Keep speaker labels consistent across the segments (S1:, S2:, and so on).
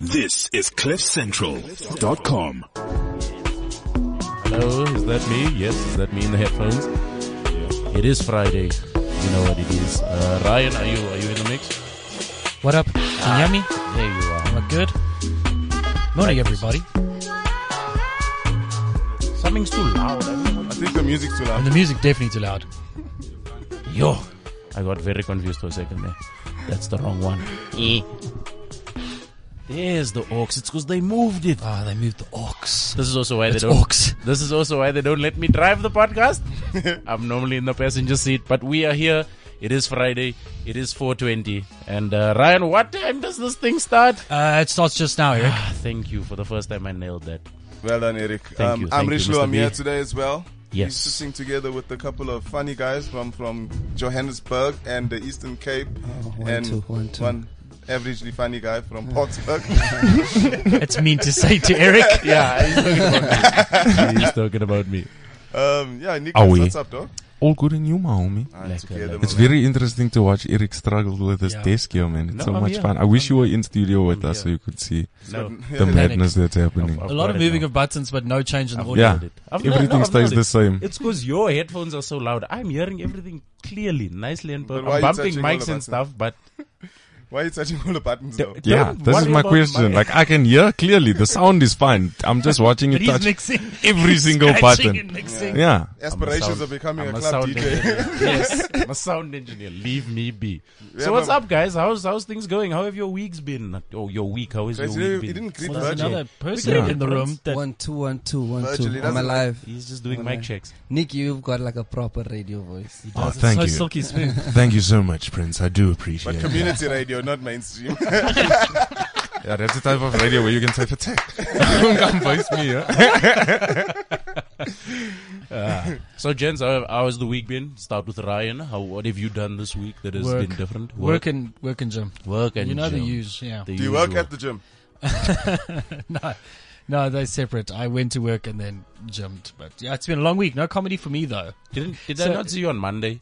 S1: This is CliffCentral.com.
S2: Hello, is that me? Yes, is that me in the headphones? It is Friday. You know what it is. Uh, Ryan, are you are you in the mix?
S3: What up? Can you hear me?
S2: There you are.
S3: Look good. Morning, everybody.
S2: Something's too loud. I don't know.
S4: I think the music's too loud.
S3: And the music definitely too loud.
S2: Yo, I got very confused for a second there. That's the wrong one. Eh. There's the orcs. It's because they moved it.
S3: Ah, they moved the orcs.
S2: This is also why
S3: It's
S2: they don't.
S3: orcs.
S2: This is also why they don't let me drive the podcast. I'm normally in the passenger seat, but we are here. It is Friday. It is 4:20. And uh, Ryan, what time does this thing start?
S3: Uh, it starts just now, Eric.
S2: Ah, thank you for the first time I nailed that.
S4: Well done, Eric. Um,
S2: Thank you,
S4: I'm
S2: thank you,
S4: Rishlo.
S2: Mr.
S4: I'm here
S2: B.
S4: today as well.
S2: Yes.
S4: He's sitting together with a couple of funny guys from, from Johannesburg and the Eastern Cape. and
S5: two, one, two.
S4: one averagely funny guy from Pottsburg.
S3: It's mean to say to Eric.
S2: Yeah, he's talking about me. he's talking about me.
S4: um, yeah, Nick,
S6: Are we?
S4: what's up, dog?
S6: All good and you, my homie.
S4: Ah,
S2: Lekker,
S4: together,
S2: lekker.
S6: It's
S4: man.
S6: very interesting to watch Eric struggle with his
S3: Yeah.
S6: desk here, man. It's
S2: No,
S6: so
S2: I'm
S6: much
S2: here.
S6: fun. I wish you were in studio with
S2: I'm
S6: us so
S2: here.
S6: you could see
S2: No,
S6: the madness that's happening.
S2: I've
S3: A lot
S2: got
S3: of
S2: it
S3: moving
S2: now. Oh,
S3: of buttons, but no change in the audio.
S6: Yeah,
S2: nailed it. I've nailed- no,
S6: everything
S2: I've
S6: stays
S2: nailed
S6: the
S2: it.
S6: same.
S2: It's because your headphones are so loud. I'm hearing everything clearly, nicely, and
S4: But
S2: perfect. I'm
S4: why are you
S2: bumping
S4: touching all
S2: mics
S4: of
S2: and
S4: us?
S2: stuff, but
S4: Why are you touching all the buttons, though?
S6: Yeah,
S2: Don't
S6: this is
S2: worry
S6: my
S2: about
S6: question.
S2: my-
S6: Like I can hear clearly. The sound is fine. I'm just watching you
S3: But he's
S6: touch
S3: mixing
S6: every single
S3: scratching
S6: button.
S3: and mixing.
S6: Yeah.
S4: Aspirations of becoming
S2: I'm
S4: a club
S2: sound
S4: DJ.
S2: engineer. yes, I'm a sound engineer. Leave me be.
S4: Yeah,
S2: so what's
S4: but-
S2: up, guys? How's how's things going? How have your weeks been? Oh, your week. How is
S4: Guys, you
S2: your
S4: know,
S2: week
S4: he
S2: been?
S4: didn't greet
S3: Well, there's
S4: Virgil.
S3: another person
S2: Yeah.
S3: in the room that
S5: One two one two one
S4: Virgil, he
S5: two. I'm
S4: doesn't-
S5: alive.
S2: He's just
S4: Oh,
S2: doing mic checks.
S5: Nick, you've got like a proper radio voice.
S6: Oh,
S3: It's
S6: thank
S3: so
S6: you.
S3: silky smooth.
S6: Thank you so much, Prince. I do appreciate
S4: But
S6: it.
S4: community radio, not mainstream.
S6: Yeah, that's the type of radio where you can type attack. Come voice me, yeah?
S2: So, gents, how, how has the week been? Start with Ryan. How what have you done this week that has
S3: Work.
S2: been different?
S3: Work and work and gym.
S2: work, and
S3: you know the
S2: gym.
S3: use, yeah.
S2: The
S4: Do you work
S2: usual.
S4: at the gym?
S3: no, no, they're separate. I went to work and then gymmed. But yeah, it's been a long week. No comedy for me though.
S2: Didn't did I
S3: So-
S2: not see you on Monday?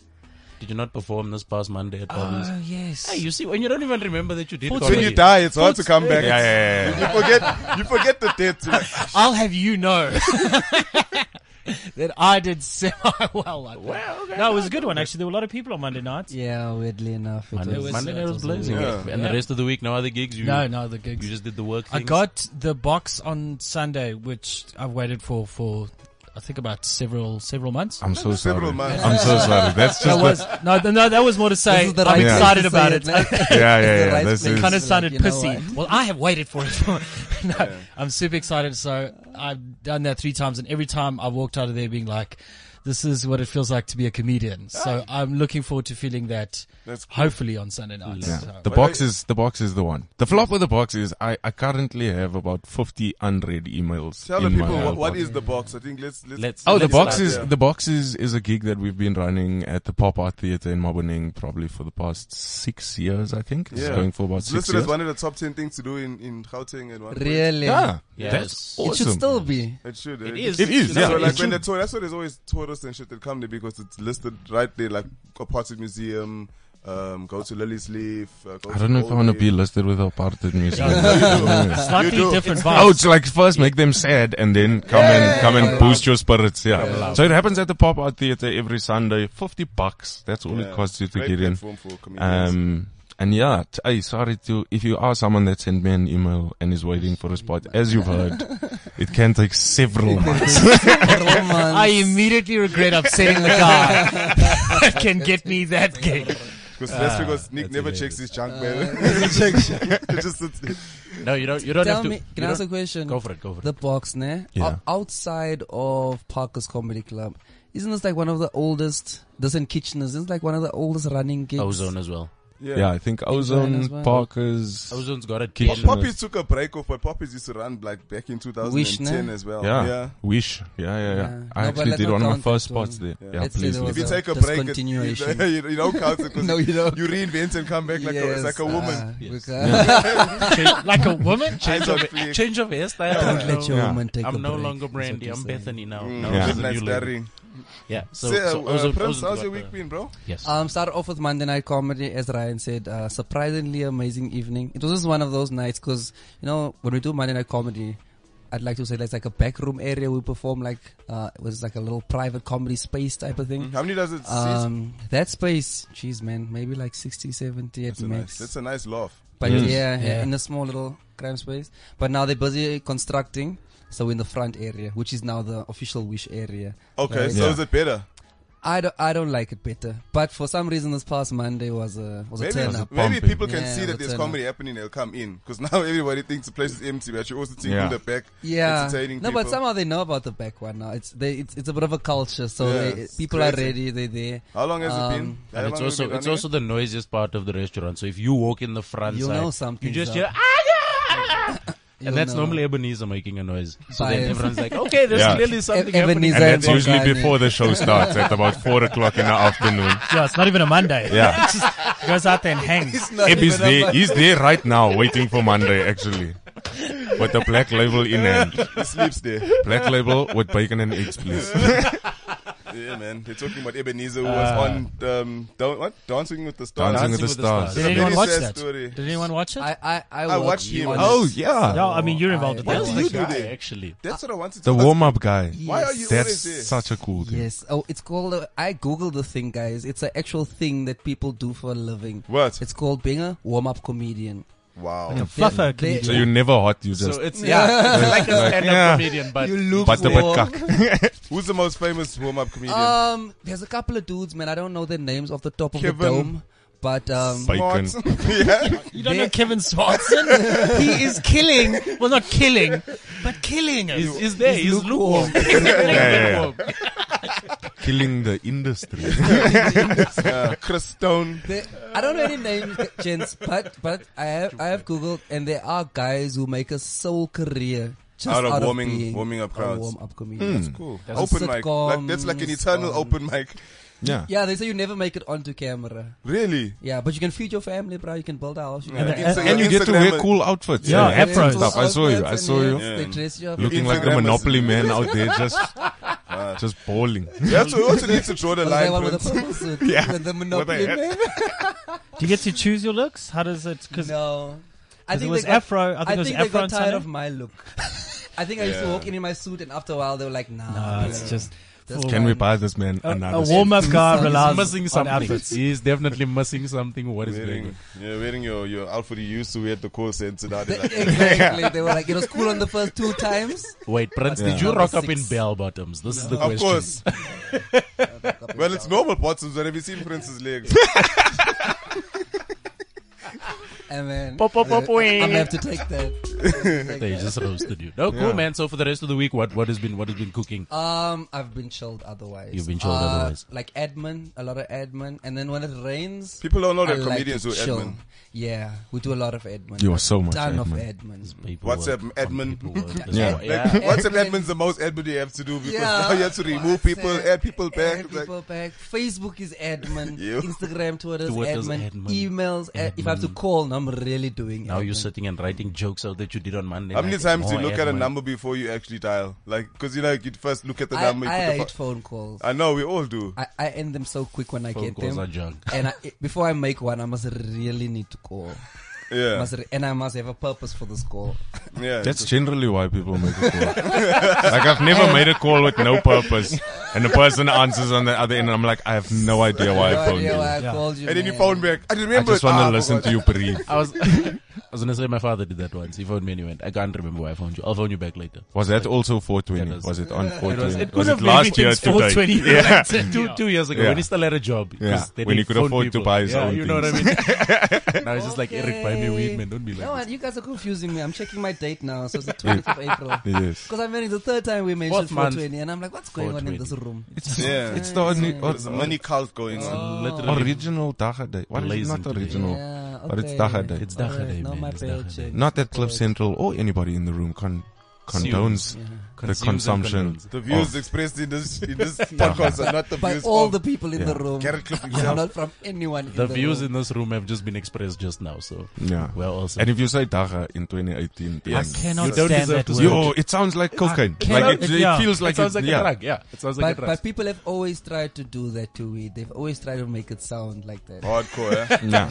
S2: Did you not perform this past Monday at Bombs?
S3: yes.
S2: hey, you see, when you don't even remember that you did.
S3: Forty-
S4: When
S2: comedy.
S4: you die, it's hard to come back.
S6: Yeah, yeah, yeah.
S4: You forget, you forget the dates. Like,
S3: I'll have you know that I did semi well. I think.
S2: Well, okay.
S7: No, it was a good one actually. There were a lot of people on Monday nights.
S5: Yeah, weirdly enough, it
S2: Monday,
S5: was. uh,
S2: Monday night
S5: it
S2: was
S5: a
S2: blazing.
S5: weird-
S4: Yeah.
S2: And the rest of the week, no other gigs. You,
S3: No, no, the
S2: You
S3: gigs.
S2: just did the work.
S3: I
S2: things?
S3: got the box on Sunday, which I've waited for for I think about several several months.
S6: I'm so sorry.
S4: Several months.
S6: I'm so sorry. That's just
S3: that
S6: the-
S3: was no, th- no, that was more to say.
S5: This is the
S3: I'm
S5: right place
S3: excited
S5: to say
S3: about it.
S5: man.
S6: yeah,
S5: It's
S6: yeah,
S5: the
S6: yeah.
S5: right
S6: This
S5: place.
S6: is,
S3: kind of
S5: It's like,
S3: sounded
S5: you know
S3: pissy. Well, I have waited for it. no, I'm super excited. So I've done that three times, and every time I walked out of there being like, "This is what it feels like to be a comedian." So I'm looking forward to feeling that.
S4: That's cool.
S3: Hopefully on Sunday night.
S6: yeah.
S4: uh,
S3: So-
S6: The box is the box is the one. The flop with the box is I, I currently have about fifty unread emails.
S4: Tell the
S6: in my
S4: people what,
S6: mailbox.
S4: what is the box. I think let's let's.
S2: Let's.
S6: Oh, the
S2: let's
S6: box
S2: start.
S6: is
S4: yeah.
S6: the box is, is a gig that we've been running at the Pop Art Theatre in Maboneng probably for the past six years. I think it's
S4: Yeah.
S6: going for about
S4: It's
S6: six
S4: listed
S6: years.
S4: as one of the top ten things to do in in Gauteng at one point.
S5: Really,
S6: Yeah,
S2: Yes.
S6: that's
S5: it should
S6: awesome.
S5: still be.
S4: It should.
S2: It is.
S6: It is,
S2: You
S4: So
S2: know,
S6: yeah.
S2: so
S4: like
S2: like-
S4: when they tour, that's why there's always tourists and shit that come there because it's listed right there, like Apartheid Museum. Um, go to Lily's Leaf. Uh, go
S6: I don't know if I want to be listed with apartheid music. Yeah.
S7: Slightly different
S6: Oh,
S7: vibes.
S6: it's like first make them sad and then come and come and boost your spirits. Yeah. So it happens at the Pop Art Theatre every Sunday. Fifty bucks. That's all it costs you to get in. Um, and yeah, t- hey, sorry to, if you are someone that sent me an email and is waiting for a spot, as you've heard, it can take several months.
S5: Several months.
S3: I immediately regret upsetting the guy that can get me that gig.
S4: because
S2: Ah,
S4: that's because Nick
S2: that's
S4: never
S2: amazing.
S4: checks his junk mail. it just sits there.
S2: no, you don't. You don't
S5: Tell
S2: have to.
S5: me,
S2: you
S5: can I ask a
S2: don't-
S5: question?
S2: Go for it. Go for it.
S5: The box, ne?
S6: Yeah.
S5: O- outside of Parker's Comedy Club, isn't this like one of the oldest? This in Kitchener's, isn't this like one of the oldest running gigs?
S2: Ozone as well.
S4: Yeah.
S6: yeah, I think
S5: Johannesburg,
S6: Ozone,
S5: well.
S6: Parker's,
S2: Ozone's got a
S4: Pop-
S2: kitchen.
S4: Poppies took a break off, but Poppies used to run like back in 2010
S5: Wishne.
S4: as well.
S6: yeah,
S4: yeah.
S6: Wish. Yeah, yeah, yeah.
S5: Yeah.
S6: I
S5: No, but
S6: actually
S5: let's
S6: did
S5: not
S6: one of my
S5: count
S6: first
S5: that one.
S6: spots there.
S4: Yeah.
S6: Yeah,
S5: Let's say
S6: please.
S5: there
S4: If
S6: let's
S4: you
S5: a
S4: take a break, it, you,
S5: discontinuation.
S4: you don't count it 'cause
S5: No, you don't.
S4: you reinvent and come back like, a,
S5: Yes,
S4: like a woman.
S5: ah,
S2: Yes.
S5: because-
S3: Like a woman?
S4: Eyes on fleek.
S2: Change of hairstyle.
S5: Don't let your
S6: Yeah.
S5: woman take a
S2: I'm no
S5: break,
S2: longer
S5: is what
S2: Brandy.
S5: you're
S2: I'm
S5: saying.
S2: Bethany now.
S4: Mm,
S2: Now
S6: Yeah.
S2: she's a
S4: Midnight
S2: new lady.
S4: starring.
S2: Yeah. So,
S4: Say, uh,
S2: so
S4: uh,
S2: Ozo-
S4: Prince,
S2: Ozo's
S4: how's your
S2: got
S4: week
S2: the-
S4: been, bro?
S2: Yes.
S5: Um, started off with Monday night comedy, as Ryan said. Uh, surprisingly amazing evening. It was just one of those nights because you know when we do Monday night comedy, I'd like to say that's like a backroom area we perform. Like uh, it was like a little private comedy space type of thing.
S4: How many does it seat?
S5: Um, that space, geez, man, maybe like 60, 70 at
S4: That's a nice.
S5: max.
S4: That's a nice laugh.
S5: but
S6: Mm.
S5: yeah, yeah,
S8: Yeah.
S5: in a small little crime space. But now they're busy constructing, so we're in the front area, which is now the official wish area.
S4: Okay,
S5: Right.
S4: so
S6: Yeah.
S4: is it better?
S5: I don't, I don't like it better. But for some reason, this past Monday was a was a
S4: Maybe,
S5: turn up.
S4: maybe
S6: Pumping.
S4: people can
S5: Yeah,
S4: see
S5: the
S4: that there's
S5: turn up.
S4: comedy happening. They'll come in because now everybody thinks the place is empty, but you also think
S6: Yeah.
S4: in the back,
S5: Yeah,
S4: entertaining
S5: no,
S4: people.
S5: but somehow they know about the back one now. It's they, it's, it's a bit of a culture, so
S4: Yeah,
S5: they,
S4: it's
S5: people are
S4: crazy.
S5: ready. They're there.
S4: How long has it been?
S5: Um,
S4: How
S2: And it's
S4: long have we
S2: also
S4: been
S2: it's
S4: running
S2: also the noisiest part of the restaurant. So if you walk in the front
S5: You'll
S2: side,
S5: know something's
S2: you just
S5: up.
S2: hear ah, yeah!
S5: You'll
S2: and that's
S5: know.
S2: normally Ebenezer making a noise. So
S5: Bias.
S2: then everyone's like, okay, there's
S6: Yeah.
S2: clearly something
S5: Ebenezer.
S6: And
S2: happening.
S6: that's
S5: Zayn
S6: usually
S5: Volcani.
S6: before the show starts at about four o'clock in the afternoon.
S3: Yeah, it's not even a Monday.
S6: Yeah.
S3: He goes out there and hangs.
S5: Not
S6: Eb is
S5: even
S6: there.
S5: about-
S6: He's there right now, waiting for Monday. Actually, with the black label in hand.
S4: He sleeps there.
S6: Black label with bacon and eggs, please.
S4: Yeah, man. They're talking about Ebenezer who was
S5: Uh.
S4: on um, don't, what? Dancing with the Stars.
S6: Dancing with the
S2: with the Stars.
S6: stars.
S3: Did
S4: a
S3: anyone
S4: very
S3: watch
S4: sad
S3: that?
S4: story.
S3: Did anyone watch it?
S5: I I I,
S4: I
S5: watched
S4: watched him.
S5: on
S6: Oh
S5: this-
S6: yeah,
S3: no, I mean you're involved with
S5: I-
S3: that.
S4: What do
S2: That's
S4: you
S2: the
S4: do
S2: guy,
S4: there?
S2: Actually,
S4: That's what I wanted to
S6: the
S4: ask.
S6: warm-up guy.
S4: Why are you
S6: That's
S4: always there?
S6: such a cool thing.
S5: Yes. Oh, it's called. A, I googled the thing, guys. It's an actual thing that people do for a living.
S4: What?
S5: It's called being a warm-up comedian.
S4: wow.
S3: Fluffer
S5: They-
S3: comedian.
S6: So you're never hot. You
S2: so
S6: just
S2: it's yeah, it's like a
S6: Like,
S2: stand-up
S6: yeah.
S2: comedian, but
S5: You look
S6: butter
S5: warm.
S6: but cock.
S4: Who's the most famous warm up comedian?
S5: Um, there's a couple of dudes, man. I don't know their names off the top of the
S4: Kevin.
S5: dome, but um,
S6: Bacon.
S4: Smart. yeah.
S3: You don't
S5: They-
S3: know Kevin Swanson? he is killing. Well, not killing, but killing us.
S2: he's, he's there. He's, lukewarm.
S6: yeah, yeah. Killing the industry.
S4: Uh, Chris Stone.
S5: They- I don't know any names, gents, but but I have I have googled, and there are guys who make a sole career just
S4: Out
S5: out
S4: of
S5: of,
S4: warming-
S5: being
S4: warming up
S5: a
S4: crowds. Hmm.
S5: warm-up comedian.
S4: Cool.
S5: a
S4: open mic.
S5: sitcom,
S4: Like, that's like an eternal
S5: um,
S4: open mic.
S6: yeah.
S5: Yeah, they say you never make it onto camera.
S4: Really?
S5: Yeah, but you can feed your family, bro. You can build a house. You
S4: Yeah.
S5: can
S4: And-
S5: get
S4: So
S6: And
S4: your
S6: you get to
S4: Instagram
S6: wear
S4: is-
S6: cool outfits.
S3: Yeah,
S6: and hats and
S3: afros.
S6: stuff. I saw you. I
S5: outfits
S6: saw
S5: and
S6: you.
S5: yes, They dress you up.
S6: Looking like the
S4: Instagram is-
S6: Monopoly man out there, just just bowling.
S4: Yeah, so we also need to draw the
S5: There's
S4: line.
S5: that one with a
S4: Prince.
S5: purple suit.
S6: Yeah.
S5: And the Monopoly
S6: hat.
S5: man.
S3: Do you get to choose your looks? How does it? Because
S5: No. I
S3: 'Cause it
S5: think
S3: was
S5: they got,
S3: afro- I think it was
S5: they
S3: afro
S5: got
S3: on
S5: tired
S3: Sunday.
S5: of my look. I think I used to
S4: Yeah.
S5: walk in in my suit, and after a while, they were like, nah.
S3: no, Ah, it's just
S5: That's
S6: Can we
S5: fine.
S6: buy this man
S3: a,
S6: another?
S3: a warm-up guy
S2: He's
S3: relies
S2: missing
S3: on
S2: something.
S3: outfits.
S2: He's definitely missing something. What is going
S4: Wearing,
S2: on?
S4: yeah, wearing your, your outfit you used to wear at the call center. Now they're like,
S5: exactly. They were like, it was cool on the first two times.
S2: Wait, Prince, did you
S5: Number
S2: rock up in
S5: six.
S2: bell bottoms? This is the
S4: of
S2: question.
S4: course. well, it's normal bottoms. But have you seen Prince's legs?
S5: And then
S2: Pop, pop, pop,
S5: I'm gonna
S2: wing.
S5: have to take that.
S2: They just roasted you. No, cool, man. So for the rest of the week, what what has been what has been cooking?
S5: Um, I've been chilled otherwise. Uh,
S2: You've been chilled otherwise.
S5: Like admin, a lot of admin, and then when it rains,
S4: People don't know
S5: I
S4: that
S5: like
S4: comedians
S5: to
S4: do
S5: chill.
S4: admin.
S5: Yeah, we do a lot of admin.
S6: You are so much
S5: Ton
S6: admin.
S5: of admin.
S2: Paperwork,
S4: WhatsApp,
S2: on
S4: admin.
S2: paperwork.
S6: Yeah.
S2: yeah.
S4: What's an admin's the most admin you have to do because
S5: Yeah.
S4: now "Oh, you have to remove people,
S5: WhatsApp,
S4: add people back.
S5: Add
S4: It's like-
S5: people back. Facebook is admin.
S4: You.
S5: Instagram, Twitter's,
S2: Twitter's
S5: admin.
S2: admin.
S5: Emails. ad- if I have to call, now I'm really doing.
S2: Now you're
S5: admin.
S2: sitting and writing jokes out that you did on Monday.
S4: how many
S2: night. Oh,
S4: times do you
S2: More
S4: look at a
S2: admin.
S4: number before you actually dial? Like, because you know, you first look at the
S5: I,
S4: number. you
S5: I
S4: put the
S5: hate
S4: fu-
S5: phone calls.
S4: I know, we all do.
S5: I, I end them so quick when I
S2: Phone
S5: get
S2: calls
S5: them.
S2: are junk.
S5: and I, before I make one, I must really need to call.
S4: yeah.
S5: Must re- and I must have a purpose for this call.
S4: yeah.
S6: That's generally why people make a call. like I've never made a call with no purpose, and the person answers on the other end, and I'm like, I have no idea why I
S5: No
S6: phoned
S5: idea why
S6: you.
S5: I called you.
S4: and then you
S5: man.
S4: phone back. I
S6: I
S4: remember. Ah, uh,
S6: just want to listen to you breathe.
S2: I was I was gonna say my father did that once. He phoned me and he went, I can't remember why I phoned you. I'll phone you back later.
S6: Was that also
S2: That
S6: 420?
S2: was-
S6: Was it on 420?
S2: was- it could
S6: was
S2: have
S6: it
S2: been
S6: last
S2: written
S6: year
S2: for
S6: today?
S3: 420.
S6: Yeah.
S2: two two years ago
S6: Yeah.
S2: when he still had a job. 'cause
S6: Yeah.
S2: then
S6: When he could
S2: phoned
S6: afford to
S2: people.
S6: buy his
S2: yeah,
S6: own
S2: you know what I mean. now he's just like Eric, buy me weed, man. Don't be
S5: No,
S2: like.
S5: you guys are confusing me. I'm checking my date now, so it's the 20th of April.
S6: Yes.
S5: Because I'm married the third time we mentioned
S2: Fourth month.
S5: 420, and I'm like, what's going on in this room?
S4: Yeah.
S6: It's the only, or,
S4: There's a money cult going on.
S6: Oh,
S2: Literally,
S6: original Dagaday. What is
S2: Blazing
S6: it? Not original,
S5: Yeah, okay.
S6: but it's Dagaday.
S2: it's Dagger
S5: Alright,
S2: Day,
S5: now
S2: man.
S5: my
S2: It's
S5: pay
S2: Dagger Day.
S5: check.
S6: Not that Club Central or anybody in the room can condones the
S2: Consumes and
S6: consumption.
S2: condones.
S4: The views
S6: of-
S4: expressed in this in this podcast are not the
S5: by
S4: views
S5: all
S4: of
S5: the people in
S6: Yeah.
S5: the room.
S4: Garrett Cliff
S5: Yeah,
S4: himself.
S5: not from anyone.
S2: The
S5: in the
S2: views
S5: room.
S2: in this room have just been expressed just now, so
S6: Yeah.
S2: we're also.
S6: And if you say daga in 2018,
S8: I
S6: PM,
S8: cannot
S2: You don't
S8: stand
S2: deserve
S8: that
S2: to
S8: word.
S2: say
S6: yo, it sounds like cocaine. Like it,
S8: it-
S6: it
S8: yeah.
S6: feels
S2: it
S6: like
S2: sounds
S6: it-
S2: like
S6: yeah.
S2: a drug, yeah. It sounds like
S5: But,
S2: a drug.
S5: but people have always tried to do that to weed. They've always tried to make it sound like that.
S4: hardcore. eh?
S6: Yeah.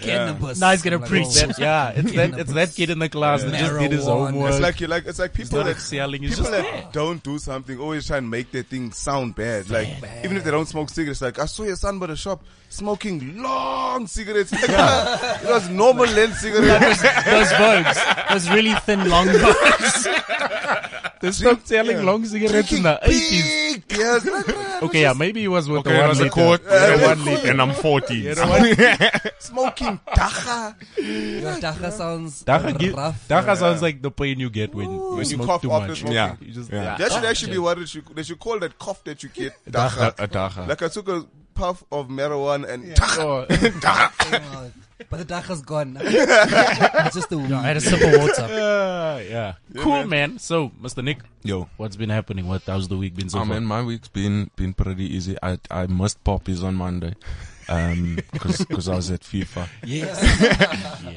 S5: Cannabis.
S8: Now he's gonna
S5: I'm like,
S8: preach
S5: oh,
S2: That- yeah, it's that it's that kid in the class that just did his
S5: Marijuana.
S2: homework.
S4: It's like you like it's like people
S2: not
S4: that
S2: excelling, it's
S4: people
S2: just
S4: that
S2: there.
S4: don't do something always try and make their thing sound bad. Like even if they don't smoke cigarettes, like I saw your son by the shop smoking long cigarettes. Like, it was normal length cigarettes.
S8: Those bogues. Those really thin, long bogues.
S2: they stopped selling
S4: yeah.
S2: long cigarettes in the eighties.
S4: Big, yes. Like, man,
S2: Okay, yeah, maybe it was with
S6: Okay,
S2: the
S6: I
S2: one
S6: was a
S2: liter.
S6: court
S2: The one liter.
S6: and I'm 40.
S2: The one liter.
S4: smoking dacha.
S5: Your dacha sounds
S2: Dacha, gi-
S5: rough.
S2: Dacha sounds like the pain you get when you,
S4: you
S2: smoke
S4: cough
S2: too
S4: after
S2: much.
S4: smoking.
S6: Yeah.
S2: You just,
S6: Yeah.
S2: yeah.
S4: That should actually be what it should, they should call that cough that you get
S6: Daga,
S2: Ah.
S4: dacha.
S6: a
S2: uh,
S6: daga.
S4: Like I took a puff of marijuana and dacha.
S2: Oh,
S5: Oh, but the dacha's gone. it's just the weed.
S8: I had a sip of water.
S2: uh, yeah. Cool, man. So, Mr. Nick,
S6: Yo.
S2: what's been happening? What how's the week been so
S6: Oh
S2: far?
S6: man, my week's been been pretty easy. I I missed poppies on Monday, um, because I was at FIFA.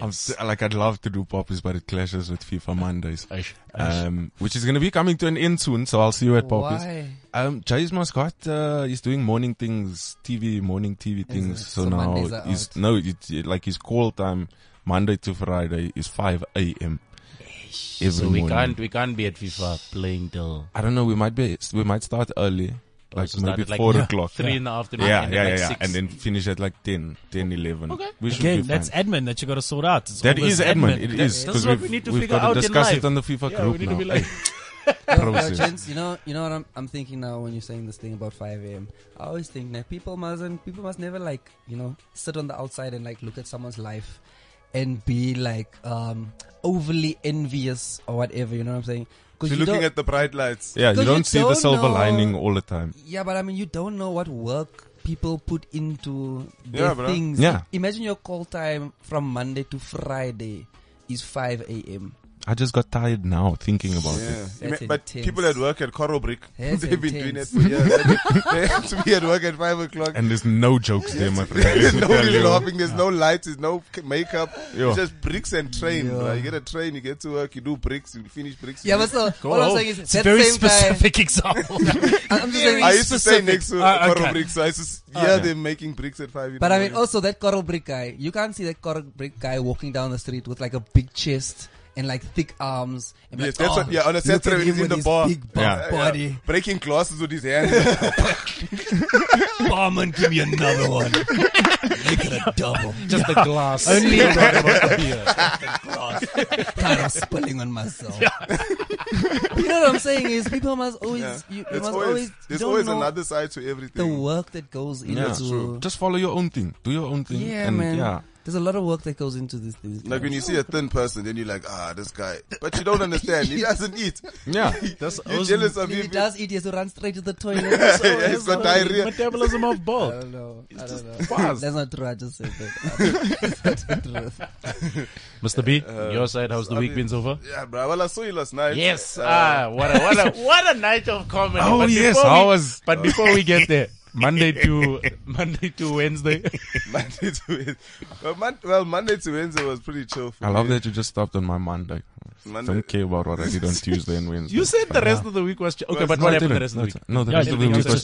S6: I'm s- like I'd love to do poppies, but it clashes with FIFA Mondays,
S5: Uh,
S2: Aish, aish.
S6: um, which is gonna be coming to an end soon. So I'll see you at poppies.
S5: Why?
S6: Um, Jay's mascot, uh, he's doing morning things, TV, morning TV things.
S5: it?
S6: So,
S5: So
S6: now
S5: Mondays are
S6: he's,
S5: out.
S6: no, it's uh, like his call time, Monday to Friday is 5 a.m. Every
S2: so we
S6: morning.
S2: can't we can't be at FIFA playing till
S6: I don't know, we might be, we might start early, like
S2: so start
S6: maybe
S2: at like
S6: 4
S2: yeah,
S6: o'clock.
S2: three
S6: yeah.
S2: in the afternoon.
S6: Yeah,
S2: and
S6: yeah,
S2: then
S6: yeah,
S2: like
S6: yeah.
S2: six.
S6: and then finish at like 10, 10, 11. Okay. We should
S8: Again,
S6: be fine.
S8: that's admin that you got to sort out. It's
S6: That
S8: all this
S6: is admin. It is
S2: That's
S6: because
S2: what
S6: we've,
S2: we need to
S6: we've
S2: figure
S6: got
S2: out
S6: to
S2: in
S6: discuss
S2: life.
S6: it on the FIFA
S2: yeah,
S6: group
S2: we need
S6: now.
S2: to be like,
S5: Yo, yo,
S6: Process.
S5: gents, you know, you know what I'm, I'm thinking now when you're saying this thing about 5 a.m. I always think that people mustn't, people must never like, you know, sit on the outside and like look at someone's life and be like um overly envious or whatever. You know what I'm saying? Because
S4: She's looking at the bright lights.
S6: yeah, you
S5: Because
S6: don't
S5: you
S6: see the
S5: don't
S6: silver
S5: know-
S6: lining all the time.
S5: yeah, but I mean, you don't know what work people put into their
S4: Yeah, bruh.
S5: things.
S6: Yeah.
S5: Imagine your call time from Monday to Friday is 5 a.m.
S6: I just got tired now thinking about it.
S4: Yeah. You
S5: That's
S4: may- but
S5: intense.
S4: people at work at Coral Brick,
S5: That's
S4: they've been doing it
S5: intense.
S4: for years. they have to be at work at 5 o'clock.
S6: And there's no jokes there, my friend. Let me
S4: no
S6: tell you.
S4: laughing, there's no lights, there's no k- makeup.
S6: Yo.
S4: It's just bricks and train. bruh. You get a train, you get to work, you do bricks, you finish bricks. you
S5: Yeah,
S4: do-
S5: but so all I'm saying is
S8: It's a
S5: that
S8: very
S5: same
S8: specific example.
S5: guy. I'm just
S8: Very
S5: saying,
S4: I used to stay
S8: specific.
S4: next to
S8: Ah,
S4: Coral
S8: okay.
S4: Bricks, so I used to, s- yeah, they're making bricks at 5 in
S5: Ah, But
S4: the
S5: I mean,
S4: morning.
S5: also that coral brick guy. You can't see that coral brick guy walking down the street with like a big chest and like thick arms. And be
S4: Yes,
S5: like,
S4: that's
S5: oh,
S4: what, yeah, on a
S5: look at
S4: Saturday when
S5: him
S4: he's in
S5: with
S4: the
S5: his
S4: bar.
S5: big buff
S6: Yeah.
S5: body.
S4: Breaking glasses with his hand.
S8: Barman, give me another one.
S5: Look at a double.
S2: just the glass.
S8: Only-
S2: Not about the beer.
S5: Tired of spilling on myself. you know what I'm saying is people must always.
S4: Yeah.
S5: You, you
S4: There's
S5: must
S4: always,
S5: always. you
S4: there's
S5: don't
S4: always
S5: know
S4: another side to everything.
S5: the work that goes into.
S6: Just follow your own thing. Do your own thing.
S5: yeah,
S6: and
S5: man.
S6: Yeah.
S5: There's a lot of work that goes into these things.
S4: Like when
S5: man.
S4: you see a thin person, then you're like, ah, this guy. But you don't understand. He doesn't eat.
S6: Yeah.
S2: That's
S4: You're
S2: also-
S4: jealous of
S5: If he
S4: him.
S5: does eat, he has to run straight to the toilet.
S4: Yeah, he's got diarrhea.
S2: Metabolism of
S5: I
S2: bulk.
S5: don't know. I don't know.
S2: Fast.
S5: That's not true. I just said that. That's not the truth.
S2: Mr. B,
S4: Uh,
S2: your side, how's the
S4: I
S2: week
S4: mean-
S2: been so far?
S4: Yeah, bro. Well, I saw you last night.
S2: Yes.
S4: Uh,
S2: ah, what a what a what a night of comedy.
S6: Oh, yes,
S2: before
S6: I
S2: we,
S6: was-
S2: But before we get there, Monday to Monday to Wednesday.
S4: Monday to Wednesday. Well, Mon- well, Monday to Wednesday was pretty chill. For
S6: I love
S4: me.
S6: that you just stopped on my Monday.
S4: Monday.
S6: Don't care about what I did on Tuesday and Wednesday.
S2: You said the rest of the week was ch- okay, but
S6: No,
S2: what
S6: I
S2: happened the
S6: didn't.
S2: rest of
S6: No,
S2: the week?
S6: it's- No, the
S8: Yeah,
S6: rest of the
S8: everything
S6: week
S8: else is-
S6: was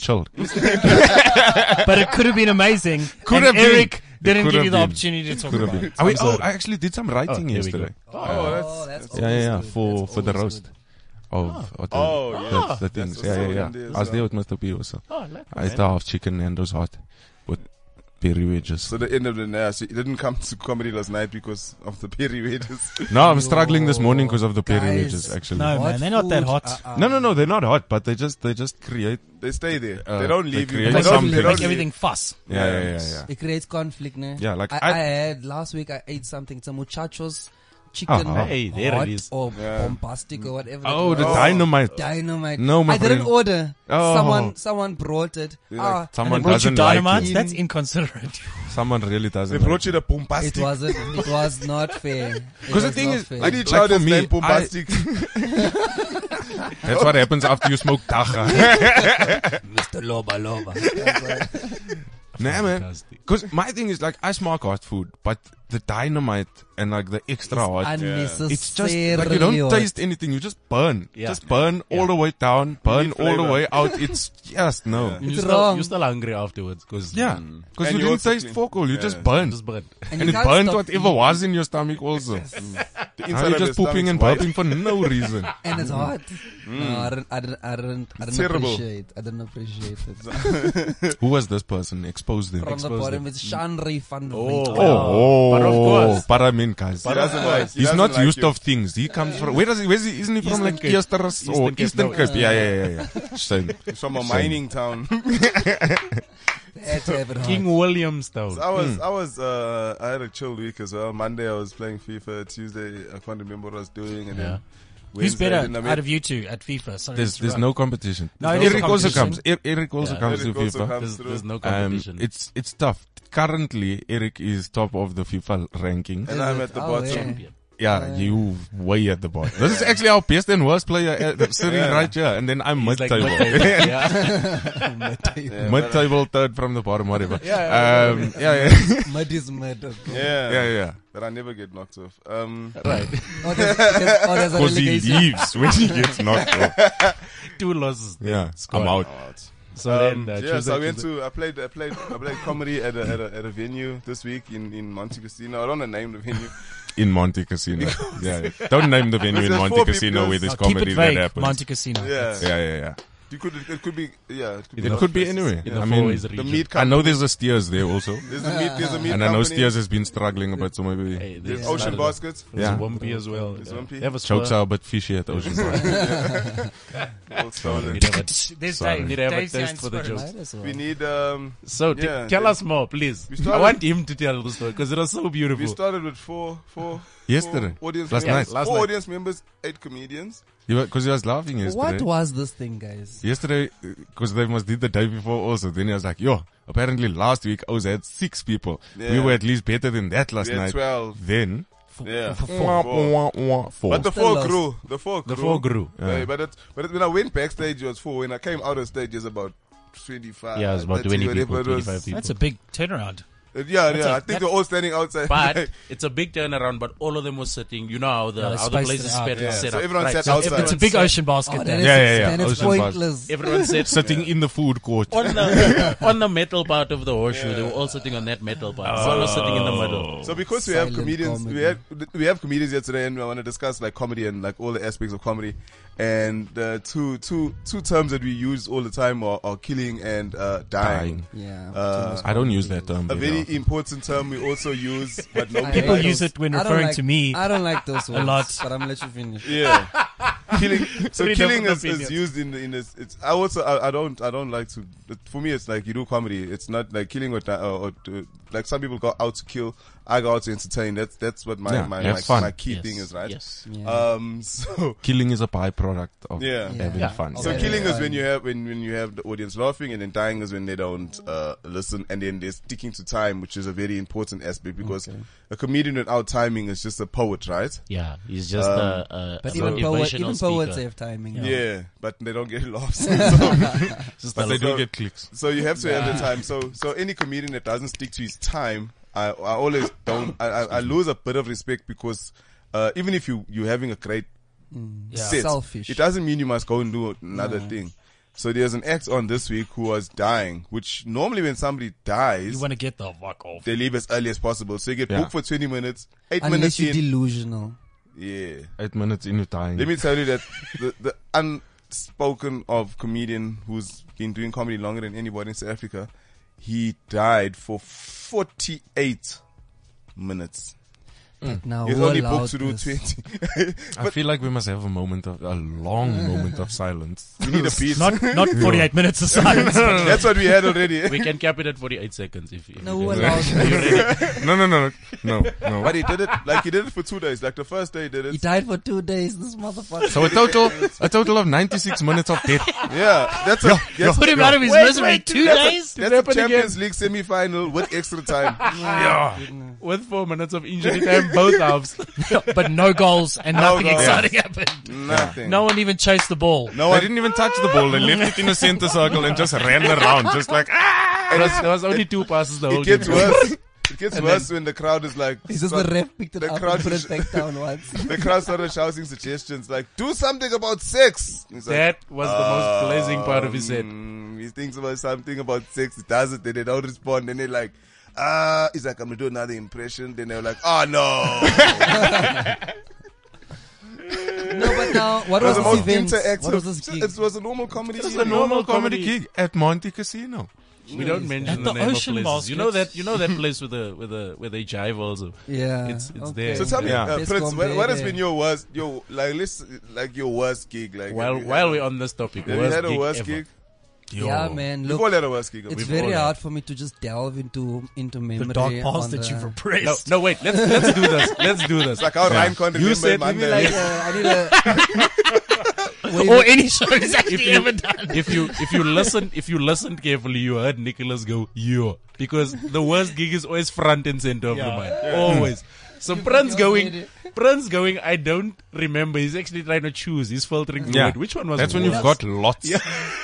S6: chilled.
S8: but it could have been amazing.
S6: Could
S8: Could
S6: have
S8: have
S6: been.
S8: Eric
S6: It
S8: didn't
S6: could
S8: give you
S6: have
S8: the
S6: been.
S8: opportunity to talk
S6: Could have
S8: about
S6: been.
S8: it.
S6: I mean, oh, I actually did some writing
S2: there we go.
S6: yesterday.
S4: Oh, that's.
S5: Oh, that's
S6: Yeah, yeah, yeah.
S5: always good.
S6: For
S5: That's
S6: for the
S5: always
S6: roast.
S5: good.
S6: Of, of the,
S4: Oh,
S6: the-
S4: yeah.
S6: the things.
S4: what's
S6: Yeah,
S4: up
S6: yeah,
S4: with
S6: yeah.
S4: them
S6: I was
S4: days,
S6: there with Mr. P also.
S2: Oh, like
S6: I ate the half chicken Nando's hot with peri wedges.
S4: So the end of the night, she didn't come to comedy last night because of the period.
S6: No, I'm struggling this morning because of the peri
S5: Guys.
S6: wedges actually.
S8: No,
S5: What
S8: man, they're not that
S5: food?
S8: hot.
S5: Uh, uh,
S6: No, no, no, they're not hot, but they just they just create.
S4: they stay there.
S6: Uh,
S4: they don't
S6: they
S4: leave you.
S6: create
S4: They
S8: Make
S4: don't,
S6: something.
S4: they
S8: everything, make everything
S4: don't leave.
S8: fuss.
S6: Yeah, yeah, yeah, yeah.
S5: It creates conflict, ne?
S6: Yeah, like
S5: I,
S6: I-
S5: I had last week. I ate something. Some muchachos chicken
S6: Uh-huh.
S5: or
S2: Hey, there it
S5: hot
S2: is.
S5: or bombastic or whatever. that
S6: Oh, the
S5: was.
S6: dynamite.
S5: Dynamite.
S6: No, my
S5: I didn't
S6: friend.
S5: order.
S6: Oh.
S5: Someone, someone brought it.
S2: Oh.
S5: Ah,
S6: Someone
S3: Brought you
S6: doesn't like
S3: dynamite?
S6: you.
S3: That's inconsiderate.
S6: Someone really doesn't.
S4: They brought
S6: like
S4: you the bombastic.
S5: it wasn't. It was not fair.
S6: Because the thing is,
S4: I
S6: like-
S4: need
S6: for
S4: child
S6: me,
S4: name
S6: I-
S4: bombastic.
S6: you. That's what happens after you smoke dacha.
S5: Mr. Loba Loba.
S6: nah, man. Because my thing is like I smoke hot food, but the dynamite and like the extra hot.
S5: Unnecessarily
S6: It's just like you don't
S5: hot.
S6: taste anything. You just burn.
S2: Yeah.
S6: Just burn all the way down. Burn all the
S4: flavor.
S6: way out. It's just no.
S2: You're
S5: It's
S2: still,
S5: wrong.
S2: you're still hungry afterwards because
S6: Yeah. Because
S4: Mm. And
S6: you
S4: you
S6: didn't
S4: also
S6: taste
S4: clean.
S6: fuck all. You just
S4: Yeah.
S6: burn.
S2: just burn.
S5: And,
S6: And it
S5: can't
S6: burns
S5: stop
S6: whatever was in your stomach also.
S4: The
S6: Now
S4: inside
S6: you're
S4: of
S6: just
S4: the
S6: pooping and
S4: stomach's white.
S6: burping for no reason.
S5: And it's hot. No, I didn't, I didn't, I didn't, I didn't
S4: terrible.
S5: appreciate. I didn't appreciate it. From
S6: Who was this person? Expose them.
S5: the
S6: Expose
S5: bottom,
S6: them.
S5: it's Shanri van
S2: Oh.
S6: Oh, oh,
S2: But of course.
S6: But I mean, guys.
S4: He doesn't like. he
S6: He's
S4: doesn't
S6: not
S4: like
S6: used
S4: you.
S6: of things. He comes from where does he? Where's he? Isn't he from
S2: Eastern
S6: like
S2: Cape.
S6: Easterus or
S2: Eastern Cape,
S6: Eastern
S2: no.
S6: Cape? Yeah, yeah, yeah, yeah. Same.
S4: He's from a mining town.
S5: Had to have it hot.
S2: King Williamstown.
S4: I was, I was, uh, I had a chill week as well. Monday I was playing FIFA. Tuesday I can't remember what I was doing, and then
S8: Who's
S4: Wednesday,
S8: better
S4: then I
S8: out
S4: met-
S8: of you two at FIFA? Sorry,
S6: There's
S8: to
S6: there's
S8: interrupt.
S6: no competition.
S8: No, it is
S6: Eric also
S8: competition.
S6: comes. E- Eric also
S2: Yeah.
S6: comes
S4: Eric
S6: to
S4: also
S6: FIFA.
S4: comes
S2: There's,
S4: through.
S2: there's no
S6: Um,
S2: competition.
S6: it's it's tough. Currently, Eric is top of the FIFA ranking.
S4: and I'm at the
S5: Oh,
S4: bottom.
S5: yeah.
S6: Yeah, you way at the bottom. This is actually our best and worst player at the city right here, and then I'm mid
S2: He's like
S6: table,
S2: mid-table. yeah.
S4: Yeah,
S6: mid
S4: but-
S6: table third from the bottom, whatever. Yeah, um, yeah, yeah,
S5: Mud is mud. of course.
S4: yeah,
S6: yeah, yeah.
S4: But I never get knocked off. Um,
S2: Right.
S5: Oh, there's, there's, oh, there's a
S6: Because he
S5: relegation.
S6: leaves when he gets knocked off.
S2: Two losses.
S6: Yeah,
S2: Squad.
S6: I'm out.
S2: So
S4: um,
S2: then, uh,
S4: yeah,
S2: Tuesday,
S4: so I went
S2: Tuesday-
S4: to I played I played I played comedy at a, at a at a venue this week in in Monte Cassino. I don't know the name of the venue.
S6: in Monte Casino. yeah, don't name the venue in
S4: There's
S6: Monte
S4: four
S6: Casino
S4: people.
S6: where this
S8: Oh, keep
S6: comedy
S8: it vague.
S6: that happens.
S8: Monte Casino.
S4: Yeah,
S6: yeah, yeah, yeah.
S4: you could it could be yeah it could
S6: It
S4: be,
S6: could be anywhere.
S2: in the four
S6: I mean,
S2: ways
S4: the
S2: region.
S4: meat
S6: I
S4: company.
S6: know there's a Steers there also,
S4: There's a meat there's a meat
S6: and I
S4: company.
S6: know Steers has been struggling a bit, so
S2: Hey,
S6: maybe
S4: There's
S2: there's
S4: Ocean
S2: Saturday.
S4: Baskets.
S2: There's
S6: Yeah.
S2: Wimpy as well.
S4: There's Wimpy.
S2: They have a
S6: jokes
S2: spur.
S6: are a bit fishy at Ocean Park.
S4: All stolen.
S2: You'd have a-
S3: There's
S6: Sorry.
S3: Dave.
S2: Need to have a
S3: Dave's
S2: taste
S3: Jan
S2: for the
S3: Spur.
S2: jokes.
S4: We need um
S2: So t-
S4: Yeah,
S2: tell
S4: they-
S2: us more, please. I
S4: started-
S2: want him to tell the story because it was so beautiful.
S4: we started with four four.
S6: Yesterday.
S4: four audience
S6: Last
S4: members,
S6: night.
S2: Last
S4: four
S2: night.
S4: audience members, eight comedians.
S6: Because he was laughing yesterday.
S5: What was this thing, guys?
S6: Yesterday, because they must did the day before also. Then he was like, "Yo, apparently last week I was at six people. We
S4: Yeah.
S6: were at least better than that last
S4: We had
S6: night."
S4: twelve.
S6: Then,
S4: Yeah,
S6: wah, wah, wah, four. Uh,
S4: but the
S5: Still
S4: four
S5: lost.
S4: grew. The four grew.
S2: the four grew.
S4: Hey, but it, but it- when I went backstage, it was four. When I came out of stage, it was about twenty-five.
S2: Yeah, it was about
S4: 30,
S2: 20
S4: whatever
S2: people,
S4: it was.
S2: 25 people.
S3: That's a big turnaround.
S4: Uh, Yeah, yeah.
S3: a-
S4: I think they're all standing outside.
S2: But it's a big turnaround, but all of them were sitting. You know how the,
S8: Yeah, they
S2: how the
S8: spaced
S2: place
S8: it
S2: is
S8: out.
S2: spread,
S4: Yeah,
S2: set
S4: so
S2: up.
S4: everyone
S2: Right,
S4: sat
S2: so
S4: outside.
S2: everyone
S8: It's a big
S2: sat-
S8: ocean basket.
S5: Oh, that
S8: there.
S5: is
S6: Yeah, yeah, yeah.
S5: then it's
S6: Ocean Basket.
S5: pointless.
S2: Everyone sat
S6: sitting in the food court.
S2: on the on the metal part of the horseshoe. They were all sitting on that metal part. Someone was sitting in
S4: Oh.
S2: the middle.
S4: So because we have
S5: Silent
S4: comedians, we
S5: comedy.
S4: have we have comedians here today, and I want to discuss like comedy and like all the aspects of comedy. And uh, two two two terms that we use all the time are, are killing and uh, dying.
S6: Dying.
S5: Yeah.
S4: Uh,
S6: I don't use that term.
S4: A
S6: but
S4: very
S6: yeah.
S4: important term we also use, but no
S5: I
S4: people.
S3: People
S5: like
S3: use
S5: those-
S3: it when
S5: I don't
S3: referring
S5: like-
S3: to me.
S5: I don't like those words.
S3: lot.
S5: But I'm gonna let you finish.
S4: Yeah, killing. So
S2: Three
S4: killing
S2: different
S4: is, is
S2: opinions.
S4: used in in this. It's I also I, I don't I don't like to. it- For me, it's like you do comedy. It's not like killing or, di- or, or to- like some people go out to kill. I go out to entertain. That's that's what my
S6: Yeah,
S4: my,
S6: have
S4: my,
S6: fun.
S4: my key
S2: Yes,
S4: thing is, right?
S2: Yes.
S5: Yeah.
S4: Um. So
S6: killing is a byproduct of
S4: Yeah. Yeah.
S6: having
S2: Yeah.
S6: fun.
S4: so
S5: Okay.
S4: killing is when you have when, when you have the audience laughing, and then dying is when they don't uh, listen, and then they're sticking to time, which is a very important aspect because a comedian without timing is just a poet, right?
S2: Yeah, he's just
S4: Um,
S2: a, a,
S5: But
S2: a
S5: even power,
S2: motivational
S5: even
S2: speaker.
S5: poets have timing.
S4: Yeah,
S5: Yeah.
S4: but they don't get laughs. So-
S2: Just
S6: But
S2: a-
S6: they do get clicks.
S4: So you have to have the time. So so any comedian that doesn't stick to his time, I, I always don't. I, I, I lose a bit of respect because uh, even if you you're having a great set,
S5: Selfish.
S4: it doesn't mean you must go and do another thing. So there's an act on this week who was dying, which normally when somebody
S3: You
S4: dies,
S3: want to get the fuck off.
S4: they leave as early as possible. So you get
S6: Yeah.
S4: booked for 20 minutes, eight
S5: Unless
S4: minutes
S5: you're
S4: in.
S5: delusional.
S4: yeah.
S6: Eight minutes in you dying.
S4: Let me tell you that the, the unspoken of comedian who's been doing comedy longer than anybody in South Africa, he died for 48 minutes.
S5: But now
S4: He's
S5: who
S4: Hmm. only
S5: allowed
S4: booked to do
S5: this?
S4: 20.
S6: I feel like we must have a moment of a long moment of silence.
S4: We need a beat.
S8: Not not 48 minutes of silence.
S4: That's what we had already.
S2: We can cap it at 48 seconds if, if
S5: No,
S2: you
S5: who
S2: can.
S5: allowed this?
S6: No, no, no, no, no.
S4: But he did it like he did it for two days. Like the first day he did
S5: He
S4: it.
S5: died for two days. This motherfucker.
S6: So a total, a total of 96 minutes of death.
S4: Yeah, that's a that's,
S8: Put him out of his misery. Two days?
S4: that's a Champions League semi-final with extra time.
S2: With four minutes of injury time, both halves.
S8: but no goals and nothing
S4: goals.
S8: exciting happened.
S4: Nothing.
S8: No one even chased the ball.
S4: no
S6: They
S4: one.
S6: Oh, didn't even touch the ball. They left it in the center circle and just ran around, just like ah.
S2: There was, there was only two passes the whole
S4: It gets
S2: game.
S4: worse. It gets worse when the crowd is like.
S5: It's just
S4: start-
S5: the ref picked it
S4: the
S5: up
S4: crowd
S5: and put
S4: is-
S5: it back down once.
S4: the crowd started shouting suggestions like, "Do something about sex." He's like,
S2: That was the most pleasing part of his head.
S4: Mm, he thinks about something about sex, he does it, then they don't respond, then they're like, uh, he's like, I'm gonna do another impression. Then they're like, oh no.
S5: No, but now what was
S4: the
S5: this
S4: most
S5: event?
S4: interactive.
S5: What was this gig?
S4: It was a normal comedy.
S6: It's a normal comedy gig at Monte Casino.
S2: We don't mention
S8: At
S2: the,
S8: the
S2: name
S8: Ocean
S2: of places.
S8: Basket.
S2: You know that you know that place with the with the where they jive also.
S5: Yeah.
S2: It's- it's
S5: okay.
S2: there.
S4: So tell me,
S6: Yeah.
S4: uh,
S5: Let's
S4: Prince,
S5: go
S4: what, what has
S5: there.
S4: been your worst, your like, list, like your worst gig? Like,
S2: While
S4: have you
S2: while
S4: had,
S2: we're on this topic,
S4: have you
S2: worst
S4: had a
S2: gig
S4: worst
S2: ever.
S4: gig?
S5: Yeah, man.
S4: We've
S5: Look,
S4: all had a worst gig.
S5: it's
S4: We've
S5: very
S4: all-
S5: hard for me to just delve into into memory.
S8: The dark past
S5: on
S8: that
S5: the-
S8: you've
S2: No,
S8: repressed.
S2: no, wait. Let's let's do this. Let's do this.
S4: Like how Ryan can't remember
S2: said-
S4: Monday.
S5: Like, uh, I need a. Wait,
S8: Or any show he's actually ever done.
S2: if you if you listen if you listened carefully, you heard Nicholas go yo because the worst gig is always front and center of the
S8: Yeah.
S2: mind, always. So Prince going, Prince going. I don't remember. He's actually trying to choose. He's filtering through
S6: Yeah,
S2: it. Which one was?
S6: That's when you've
S2: worse?
S6: got lots,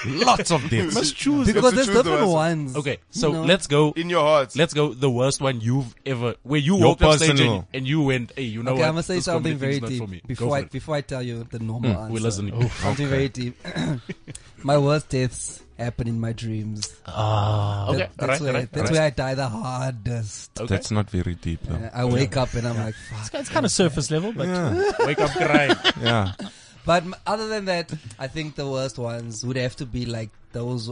S6: lots of deaths.
S2: must choose.
S4: have
S5: because
S4: to
S5: there's
S4: choose the
S5: different
S4: worst.
S5: ones.
S2: Okay, so
S5: you know?
S2: let's go.
S4: in your heart.
S2: Let's go. The worst one you've ever where you
S6: Your
S2: walked off stage and,
S6: personal.
S2: and you went, hey, you know
S5: Okay,
S2: what?
S5: I'm gonna say
S2: This
S5: something
S2: comedy
S5: very
S2: thing's not for me.
S5: deep
S2: Go
S5: before I,
S2: for it.
S5: before I tell you the normal answer.
S2: We're listening.
S5: Something very deep. my worst deaths happen in my dreams.
S2: Okay,
S5: That-
S2: alright,
S5: that's where I,
S2: alright,
S5: that's
S2: alright.
S5: where I die the hardest.
S2: Okay.
S6: That's not very deep though.
S5: Uh, I wake up and I'm like, fuck.
S8: It's kind of surface level, but
S6: Yeah,
S2: Wake up crying.
S6: yeah.
S5: But m- other than that, I think the worst ones would have to be like those.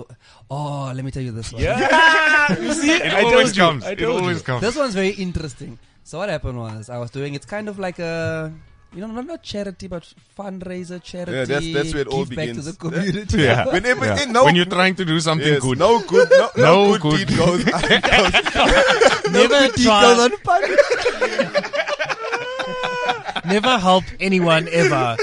S5: Oh, let me tell you this one.
S6: It
S2: I
S6: always
S2: told you,
S6: comes.
S2: I
S6: It
S2: told you.
S6: always comes.
S5: This one's very interesting. So what happened was I was doing it's kind of like a you know not not charity but fundraiser charity.
S4: Yeah, that's- that's where it all
S5: give
S4: begins.
S5: Back to the community.
S6: Yeah.
S4: Whenever
S6: Yeah.
S4: no,
S6: when you're trying to do something
S4: yes,
S6: good,
S4: no good, no, no,
S6: No
S4: good
S6: good.
S4: deed goes.
S8: never
S5: Goes
S8: try,
S5: on funny.
S8: never help anyone ever.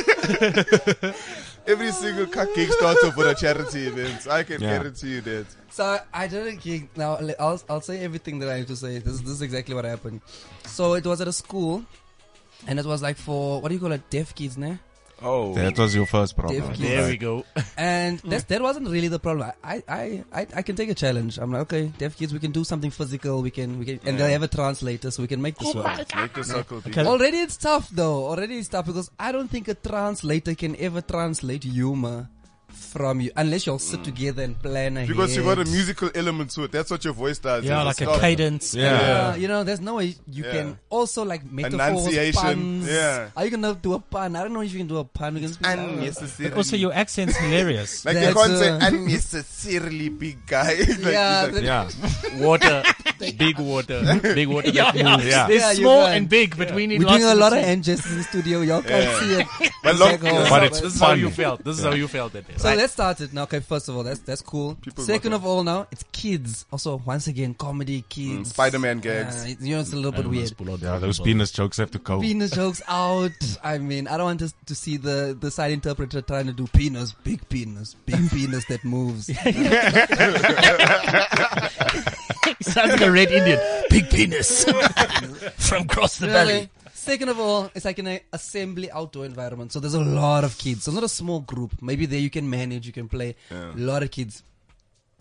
S4: Every single cuck gig starts off with a charity event. I can
S6: Yeah.
S4: guarantee you that.
S5: So I- I didn't gig. Now I'll- I'll I'll say everything that I have to say. This this is exactly what happened. So it was at a school, and it was like for what do you call it, deaf kids, ne?
S4: Oh,
S6: that was your first problem.
S5: Deaf kids.
S2: There we go.
S5: And that's, that wasn't really the problem. I, I, I, I can take a challenge. I'm like, okay, deaf kids, we can do something physical. We can, we can, and they have a translator, so we can make this work.
S4: make the circle big.
S5: Already it's tough though. Already it's tough because I don't think a translator can ever translate humor from you unless y'all sit together and plan ahead.
S4: Mm. Because you got a musical element to it. That's what your voice does.
S8: Yeah,
S4: It's
S8: like a
S4: start-
S8: cadence.
S6: Yeah.
S5: Uh, you know, there's no way you
S4: Yeah.
S5: can also like metaphors,
S4: Enunciation.
S5: puns.
S4: Yeah.
S5: Are you gonna do a pun? I don't know if you can do a pun. You can speak-
S4: Unnecessarily.
S8: Also, your accent's hilarious.
S4: like you
S5: That's,
S4: can't say
S5: uh,
S4: unnecessarily big guy. like, he's
S5: yeah,
S4: like,
S5: that-
S6: Yeah,
S2: Water, big water, big water. that moves.
S6: yeah.
S8: They're
S5: Yeah, you
S8: small
S5: can.
S8: and big, but we need
S5: We're
S8: lots
S5: doing a lot of
S8: and
S5: hand gestures in the studio. Y'all can't
S4: Yeah.
S5: see it.
S4: But
S5: It's
S4: long-
S5: like, oh,
S6: But it's
S2: This is how you
S6: funny.
S2: felt. This is how you felt that day.
S5: So let's start it now. Okay, first of all, that's that's cool.
S4: People
S5: Second
S4: got
S5: of all, now it's kids. Also, once again, comedy kids,
S4: Mm, Spider-Man gags.
S5: Uh, it- you know, it's a little bit weird.
S6: Yeah, those penis jokes have to go.
S5: Penis jokes out. I mean, I don't want us to see the the side interpreter trying to do penis, big penis, big penis that moves.
S8: Sounds like a red Indian. Big penis from across the valley.
S5: Really? Second of all, it's like an assembly outdoor environment, so there's a lot of kids. So it's not a small group. Maybe there you can manage, you can play. A lot of kids.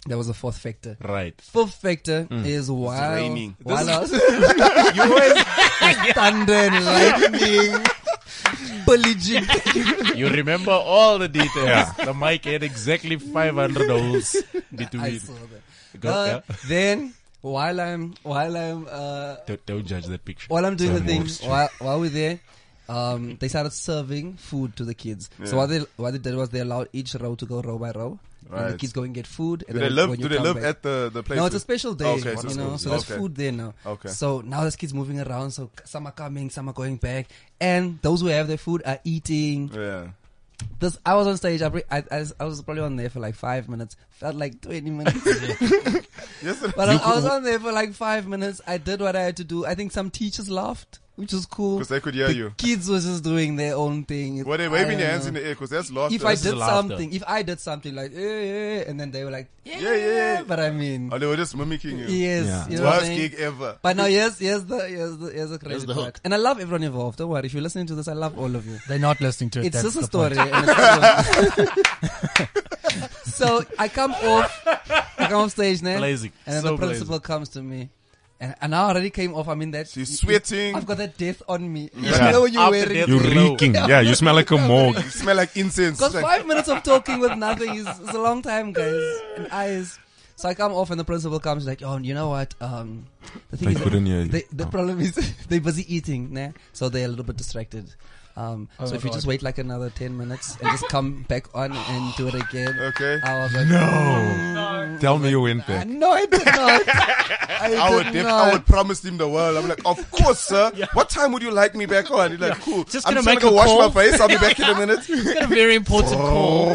S5: That was the fourth factor.
S2: Right.
S5: Fourth factor is while
S4: raining.
S5: while I was, you always thunder and lightning, pillaging.
S2: You remember all the details. The mic had exactly 500 holes
S5: I
S2: between.
S5: saw that.
S2: Go-
S5: Uh,
S2: yeah.
S5: Then while I'm while I'm uh,
S2: Don't, don't judge that picture.
S5: while I'm doing the
S6: Some
S5: thing
S6: worst
S5: while while we're there. Um, they started serving food to the kids. So what they what they did was they allowed each row to go row by row. And the
S4: Right.
S5: kids go and get food. And
S4: Do they
S5: then
S4: live?
S5: when
S4: Do
S5: you
S4: they
S5: come
S4: live
S5: back-
S4: at the the place?
S5: no, it's a special day,
S4: Okay, so
S5: you
S4: it's
S5: know.
S4: cool.
S5: So there's
S4: Okay.
S5: food there now.
S4: Okay.
S5: So now there's kids moving around. So some are coming, some are going back, and those who have their food are eating.
S4: Yeah.
S5: This I was on stage. I, pre- I, I was- I was probably on there for like five minutes. Felt like twenty minutes.
S4: Yesterday.
S5: But I, I was on there for like five minutes. I did what I had to do. I think some teachers laughed, which was cool.
S4: 'Cause they could hear
S5: the
S4: you.
S5: Kids was just doing their own thing.
S4: Were they
S5: I
S4: waving
S5: don't
S4: their hands
S5: know.
S4: in the air? Because that's lost.
S5: If I
S2: This is
S5: did
S2: laughter.
S5: something, if I did something like, yeah, yeah, yeah, and then they were like, yeah,
S4: Yeah, yeah, yeah.
S5: But I mean,
S4: Oh, they were just mimicking you.
S5: yes,
S6: Yeah.
S5: you know what I
S4: Worst
S5: mean?
S4: gig ever.
S5: But now, here's, here's the, here's the, here's the crazy
S2: the
S5: part.
S2: hook.
S5: And I love everyone involved. Don't worry. If you're listening to this, I love all of you.
S8: They're not listening to it.
S5: It's
S8: that's
S5: just a
S8: the
S5: story.
S8: point.
S5: and it's- so I come off, I come off stage now,
S2: Blazing.
S5: and then
S2: So
S5: the principal comes to me, and, and I already came off. I mean that
S4: She's sweating.
S5: I've got that death on me.
S6: Yeah.
S5: You know when you're
S2: After
S5: wearing.
S2: death.
S6: You're
S2: Hello.
S6: reeking. Yeah, you smell like a morgue.
S4: You smell like incense.
S5: Because
S4: Like,
S5: five minutes of talking with nothing is, is a long time, guys. And I is. So I come off and the principal comes like, oh, you know what? Um, the thing
S6: They
S5: is,
S6: couldn't hear you.
S5: They, the
S6: Oh.
S5: problem is they're busy eating, nah? so they're a little bit distracted. Um,
S4: Oh
S5: so if you just wait like another 10 minutes and just come back on and do it again.
S4: okay.
S5: I was like,
S6: No. Oh. Tell me you went
S5: "Ah,
S6: there.
S5: no, I did not. I,
S4: I would,
S5: did
S4: def-
S5: not.
S4: I would promise him the world. I'm like, of course, sir. What time would you like me back on? He's like, cool.
S3: Just
S4: I'm
S3: gonna
S4: gonna
S3: make
S4: go
S3: a
S4: wash
S3: call.
S4: my face. I'll be back in a minute.
S3: Got a very important call.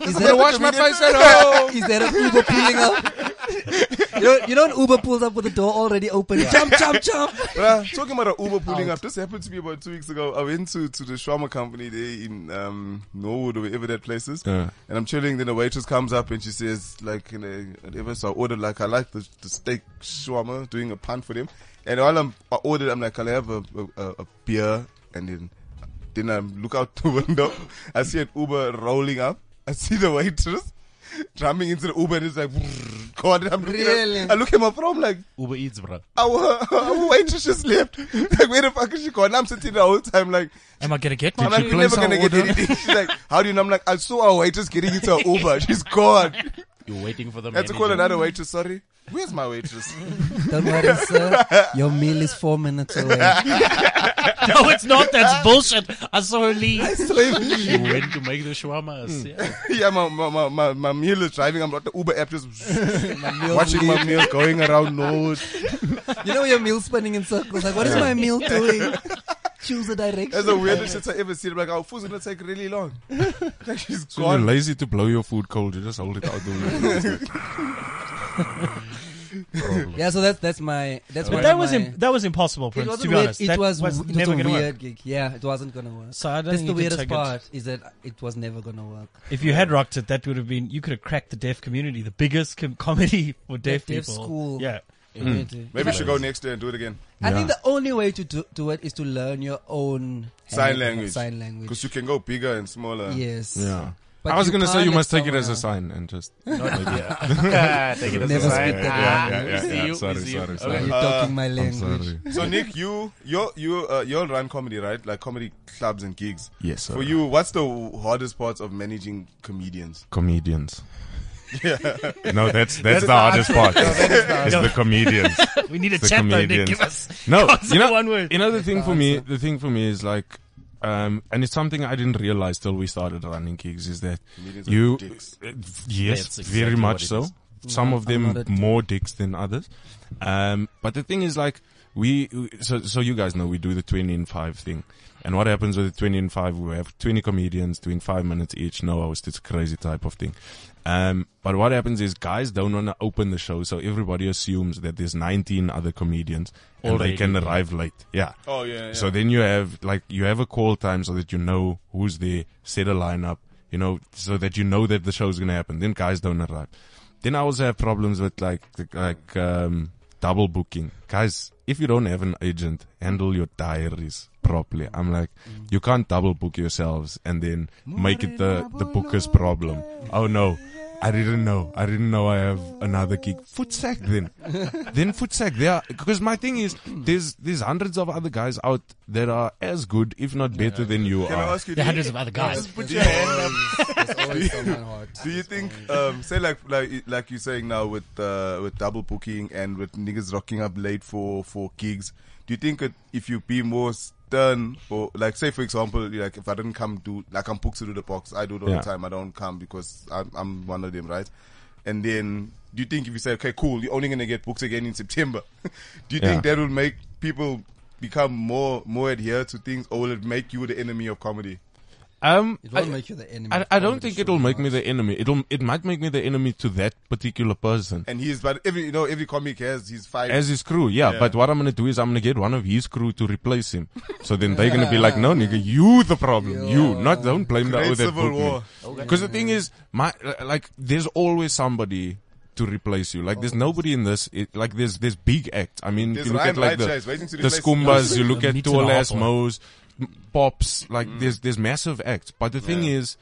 S5: Is there a
S4: wash my face at
S5: Is there an Uber pulling up? you, know, you know when Uber pulls up with the door already open? Jump, jump, jump.
S4: Bruh, talking about an Uber pulling up. This happened to me about two weeks ago. I went to, to the shawarma company there in um, Norwood or wherever that place is.
S6: Yeah.
S4: And I'm chilling. Then the waitress comes up and she says, like, you know, whatever. So I ordered, like, I like the, the steak shawarma, doing a pun for them. And while I'm, I ordered, I'm like, I'll have a, a, a- a beer. And then, then I look out the window. I see an Uber rolling up. I see the waitress. Drumming into the Uber and it's like, God, I'm looking
S5: Really?
S4: at, I look at my phone, I'm like,
S2: Uber Eats, bro.
S4: our, our waitress just left. Like, where the fuck is she gone? I'm sitting there the whole time, like,
S8: Am I gonna get
S4: I'm like, we're never gonna get anything. She's like, how do you know? I'm like, I saw our waitress getting into her Uber. She's gone.
S2: You're waiting for the
S4: I had
S2: manager.
S4: to call another waitress, sorry. Where's my waitress?
S5: Don't worry, sir. Your meal is four minutes away.
S3: No, it's not. That's bullshit. I saw her leave.
S2: You went to make the
S5: Mm.
S2: shawarmas. Yeah.
S4: yeah, my, my, my, my, my meal is driving. I'm like, the Uber app just watching my meal going around nose.
S5: You know your meal's spinning in circles. Like, what is my meal doing? Choose a direction.
S4: That's the weirdest shit I ever seen. I'm like, our food's gonna take really long. like, she's
S6: So you're
S4: gone.
S6: lazy to blow your food cold. You just hold it out the window.
S5: yeah, so that's that's my that's
S3: But
S5: one
S3: that
S5: of
S3: was
S5: my,
S3: im- that was impossible,
S5: it
S3: Prince.
S5: was
S3: To be
S5: weird.
S3: honest,
S5: it
S3: that
S5: was,
S3: was
S5: it
S3: never
S5: a
S3: gonna
S5: weird
S3: work.
S5: gig. Yeah, it wasn't gonna work.
S3: So I don't
S5: That's
S3: think
S5: the
S3: you can
S5: weirdest
S3: take
S5: part is that it was never gonna work.
S3: It. If you had rocked it, that would have been you could have cracked the deaf community, the biggest com- comedy for deaf
S5: deaf
S3: people.
S5: school.
S3: Yeah,
S4: Maybe she should go next day and do it again.
S5: I think the only way to do, do it is to learn your own
S4: Sign
S5: hand-
S4: language.
S5: Sign language.
S4: Because you can go bigger and smaller.
S5: Yes.
S6: uh, Yeah.
S5: But
S6: I was
S5: you
S6: gonna say
S5: can't
S6: you
S5: let
S6: must take it
S5: someone
S6: as a
S5: else-
S6: sign and just.
S2: Take it as
S5: Never
S2: a sign.
S5: speak that
S2: Ah,
S6: language.
S2: we see
S6: Yeah, yeah,
S2: you, we
S6: sorry,
S2: see you.
S6: sorry,
S2: Okay.
S6: sorry.
S5: You're
S4: Uh,
S5: talking my
S6: I'm
S5: language.
S6: sorry.
S4: So Nick, you you you uh, you all run comedy, right? Like comedy clubs and gigs.
S6: Yes, sir.
S4: For you, what's the hardest part of managing comedians?
S6: Comedians. No, that's that's the hardest part. It's the comedians.
S3: we need a
S6: The
S3: chat though. Nick,
S6: comedians.
S3: give us
S6: No,
S3: Answer
S6: you know,
S3: one word.
S6: you know the thing for me, the thing for me is like, um, and it's something I didn't realize till we started running gigs is that
S4: Comedians are
S6: you,
S4: dicks.
S6: uh, yes,
S2: That's exactly
S6: very
S2: what
S6: much
S2: it
S6: so.
S2: is.
S6: Some of them
S5: not a dick.
S6: more dicks than others. Um, but the thing is like, we, so, so you guys know we do the 20 in 5 thing. And what happens with the 20 in 5, we have 20 comedians doing 5 minutes each, no host, it's a crazy type of thing. Um, but what happens is guys don't want to open the show, so everybody assumes that there's 19 other comedians and they can arrive late. Yeah.
S4: Oh yeah.
S6: So then you have like you have a call time so that you know who's there, set a lineup, you know, so that you know that the show's gonna happen. Then guys don't arrive. Then I also have problems with like like um, double booking. Guys, if you don't have an agent, handle your diaries properly. I'm like,
S4: Mm.
S6: you can't double book yourselves and then make it the the booker's problem. Oh no. I didn't know. I didn't know I have another gig. Footsack then. then Footsack. They are, because my thing is, there's, there's hundreds of other guys out that are as good, if not better than you
S4: can I
S6: are.
S4: ask you?
S8: There are
S4: Do you,
S8: hundreds of other guys.
S4: put your hand up.
S5: There's always someone hot.
S4: Do you think, um, say like like like you're saying now with uh, with double booking and with niggas rocking up late for for gigs? Do you think it, if you be more s- turn or like say for example like if I didn't come do like I'm booked to do the box I do it all
S6: Yeah.
S4: the time I don't come because I'm, I'm one of them right and then do you think if you say okay cool you're only gonna get booked again in September do you
S6: Yeah.
S4: think that will make people become more more adhered to things or will it make you the enemy of comedy
S6: Um,
S5: It
S6: I,
S5: won't make you the enemy.
S6: I,
S5: of
S6: I don't
S5: comedy,
S6: think it'll
S5: sure.
S6: make me the enemy. It'll it might make me the enemy to that particular person.
S4: and he is but every you know every comic has his five
S6: As his crew, yeah, But what I'm gonna do is I'm gonna get one of his crew to replace him. So then they're gonna be like, "No, nigga, you the problem. You not don't blame the
S4: Great
S6: other that
S4: civil war.
S6: Because the thing is, my like, there's always somebody to replace you. Like, there's nobody in this. It, like, there's there's big act. I mean,
S4: There's
S6: you look
S4: Ryan
S6: at like the,
S4: Lightshays waiting to
S6: the
S4: replace-
S6: Skumbas. You look
S8: A
S6: at
S8: meat and a
S6: tall ass
S8: half,
S6: Mo's, m- pops. Like, there's there's massive acts. But the thing
S4: Mm. Yeah.
S6: is.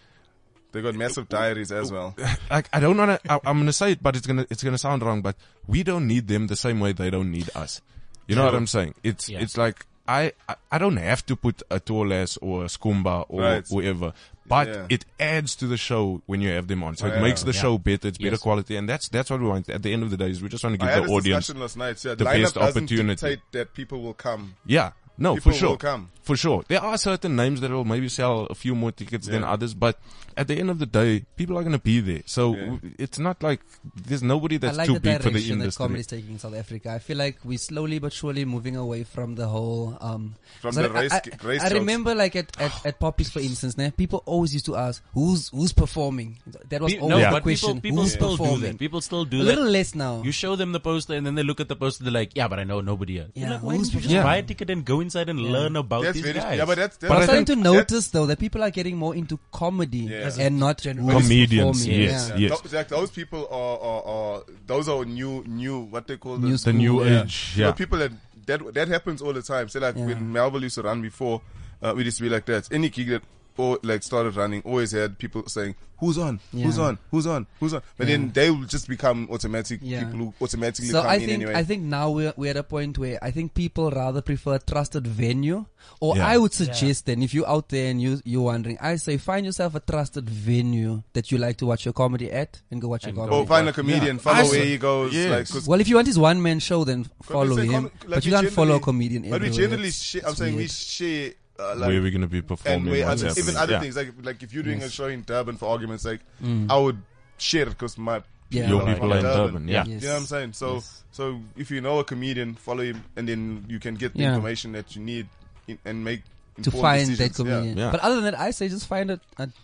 S4: they got massive
S6: Oh,
S4: diaries as well
S6: like I don't wanna. I, I'm gonna say it, but it's gonna it's gonna sound wrong. But we don't need them the same way they don't need us. You know what I'm saying? It's it's like I, I I don't have to put a Toles or a Skumba or
S4: Right.
S6: whoever, but
S4: Yeah.
S6: it adds to the show when you have them on. So
S4: Yeah.
S6: it makes the
S2: Yeah.
S6: show better. It's better
S2: Yes.
S6: quality, and that's that's what we want. At the end of the day, is we just want to
S4: I
S6: give
S4: had
S6: the
S4: this
S6: audience.
S4: discussion last night yeah
S6: the
S4: lineup
S6: best
S4: doesn't
S6: opportunity.
S4: dictate that people will come
S6: Yeah. No,
S4: People
S6: for sure.
S4: will come.
S6: For sure. There are certain names that will maybe sell a few more tickets than others, but at the end of the day, people are going to be there. So w- it's not like there's nobody that's
S5: I like
S6: too
S5: the
S6: big for the
S5: direction that comedy
S6: industry.
S5: is taking in South Africa. I feel like we're slowly but surely moving away from the whole. Um,
S4: From
S5: so
S4: the
S5: I-
S4: race-
S5: I,
S4: race
S5: I
S4: jokes.
S5: remember, like at at, at Poppies, for instance, ne, people always used to ask, "Who's who's performing?" That was
S2: Pe-
S5: always
S6: Yeah.
S5: the
S2: but
S5: question.
S2: people, people
S5: who's
S2: still do
S5: performing?
S2: that. People still
S5: a
S2: do
S5: little
S2: that.
S5: less now.
S2: You show them the poster and then they look at the poster. They're like, "Yeah, but I know nobody here." You're
S5: Yeah,
S2: like, why don't
S5: who's
S2: you just
S6: Yeah.
S2: buy a ticket and go inside and learn about
S4: that's
S2: these
S4: very
S2: guys?
S4: yeah but that's, that's
S6: But
S5: I'm
S6: I
S5: starting
S6: think
S5: to notice though that people are getting more into comedy and not who's
S6: Comedians,
S5: performing.
S6: yes,
S5: Yeah.
S4: Yeah, tho- Zach, those people are, are, are those are new new what they call
S5: New
S4: the,
S5: school,
S6: The new
S5: yeah.
S6: age,
S4: You know,
S6: yeah.
S4: people that, that that happens all the time. Say like
S5: Yeah.
S4: when Melville used to run before, uh, we used to be like that. Any gig that or like started running always had people saying who's on, who's
S5: Yeah.
S4: on, who's on, who's on. But then they will just become automatic
S5: Yeah.
S4: people who automatically
S5: So
S4: come
S5: I
S4: in
S5: think
S4: anyway.
S5: I think now we're we're at a point where I think people rather prefer a trusted venue, or
S6: Yeah.
S5: I would suggest then if you're out there and you you're wondering, I say find yourself a trusted venue that you like to watch your comedy at and go watch your comedy.
S4: or find a comedian, follow
S6: I
S4: where
S6: see.
S4: he goes.
S6: Yes.
S4: Like, 'cause-
S5: well, if you want his one man show, then
S4: but we
S5: follow
S4: say
S5: him.
S4: com- like,
S5: but
S4: we
S5: you can't follow a
S4: generally-
S5: comedian.
S4: But we
S5: everywhere.
S4: generally,
S5: It's-
S4: share, I'm
S5: it's
S4: saying we
S5: weird.
S4: share uh, like
S6: Where we're going to be performing.
S4: and where
S6: what's
S4: others, even
S6: happening.
S4: other
S6: Yeah.
S4: things like like if you're doing a show in Durban for argument's sake,
S5: Mm.
S4: I would share because my
S5: Yeah.
S6: Your
S5: Like
S6: people are in Durban, yeah.
S5: Yes.
S4: You know what I'm saying? So so if you know a comedian, follow him, and then you can get the
S5: Yeah.
S4: information that you need in, and make
S5: to
S4: informed
S5: find
S4: decisions.
S5: that comedian.
S6: Yeah.
S5: But other than that, I say just find a,
S6: I
S5: a dope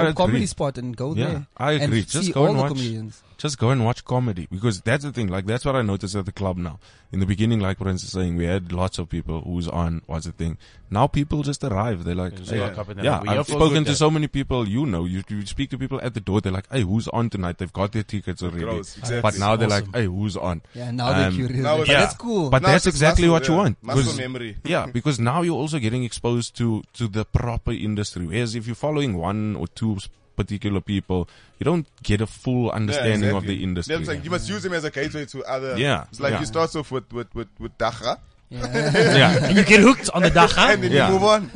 S6: agree.
S5: comedy spot and go
S6: Yeah,
S5: there.
S6: I agree.
S5: And
S6: Just
S5: see
S6: go
S5: all
S6: and
S5: the
S6: watch.
S5: comedians.
S6: just go and watch comedy because that's the thing. Like that's what I noticed at the club now. In the beginning, like Prince is saying, we had lots of people who's on what's the thing. Now people just arrive. They're like,
S2: Just
S6: "Hey,
S2: rock up and they're
S6: yeah.
S2: like, "We here
S6: I've
S2: for a
S6: spoken
S2: good
S6: to
S2: day."
S6: so many people. You know, you, you speak to people at the door. They're like, hey, who's on tonight? They've got their tickets already.
S4: grows, exactly.
S6: But now they're
S8: Awesome.
S6: like, hey, who's on?
S5: Yeah, now they're
S6: Um,
S5: curious.
S4: now
S5: Like,
S4: it's-
S5: That's cool.
S6: But
S4: Now it's
S6: that's
S4: just
S6: exactly
S4: muscle,
S6: what you
S4: yeah.
S6: want.
S4: Muscle
S6: 'cause-
S4: memory.
S6: yeah, because now you're also getting exposed to to the proper industry. Whereas if you're following one or two s- particular people, you don't get a full understanding
S4: exactly.
S6: of the industry.
S4: You know what I'm saying? You must use him as a gateway to other.
S6: Yeah,
S4: It's like
S6: yeah.
S4: you start off with with with, with Dacha,
S6: yeah.
S8: You get hooked on the
S4: and
S8: dacha
S4: then
S6: Yeah.
S4: you move on.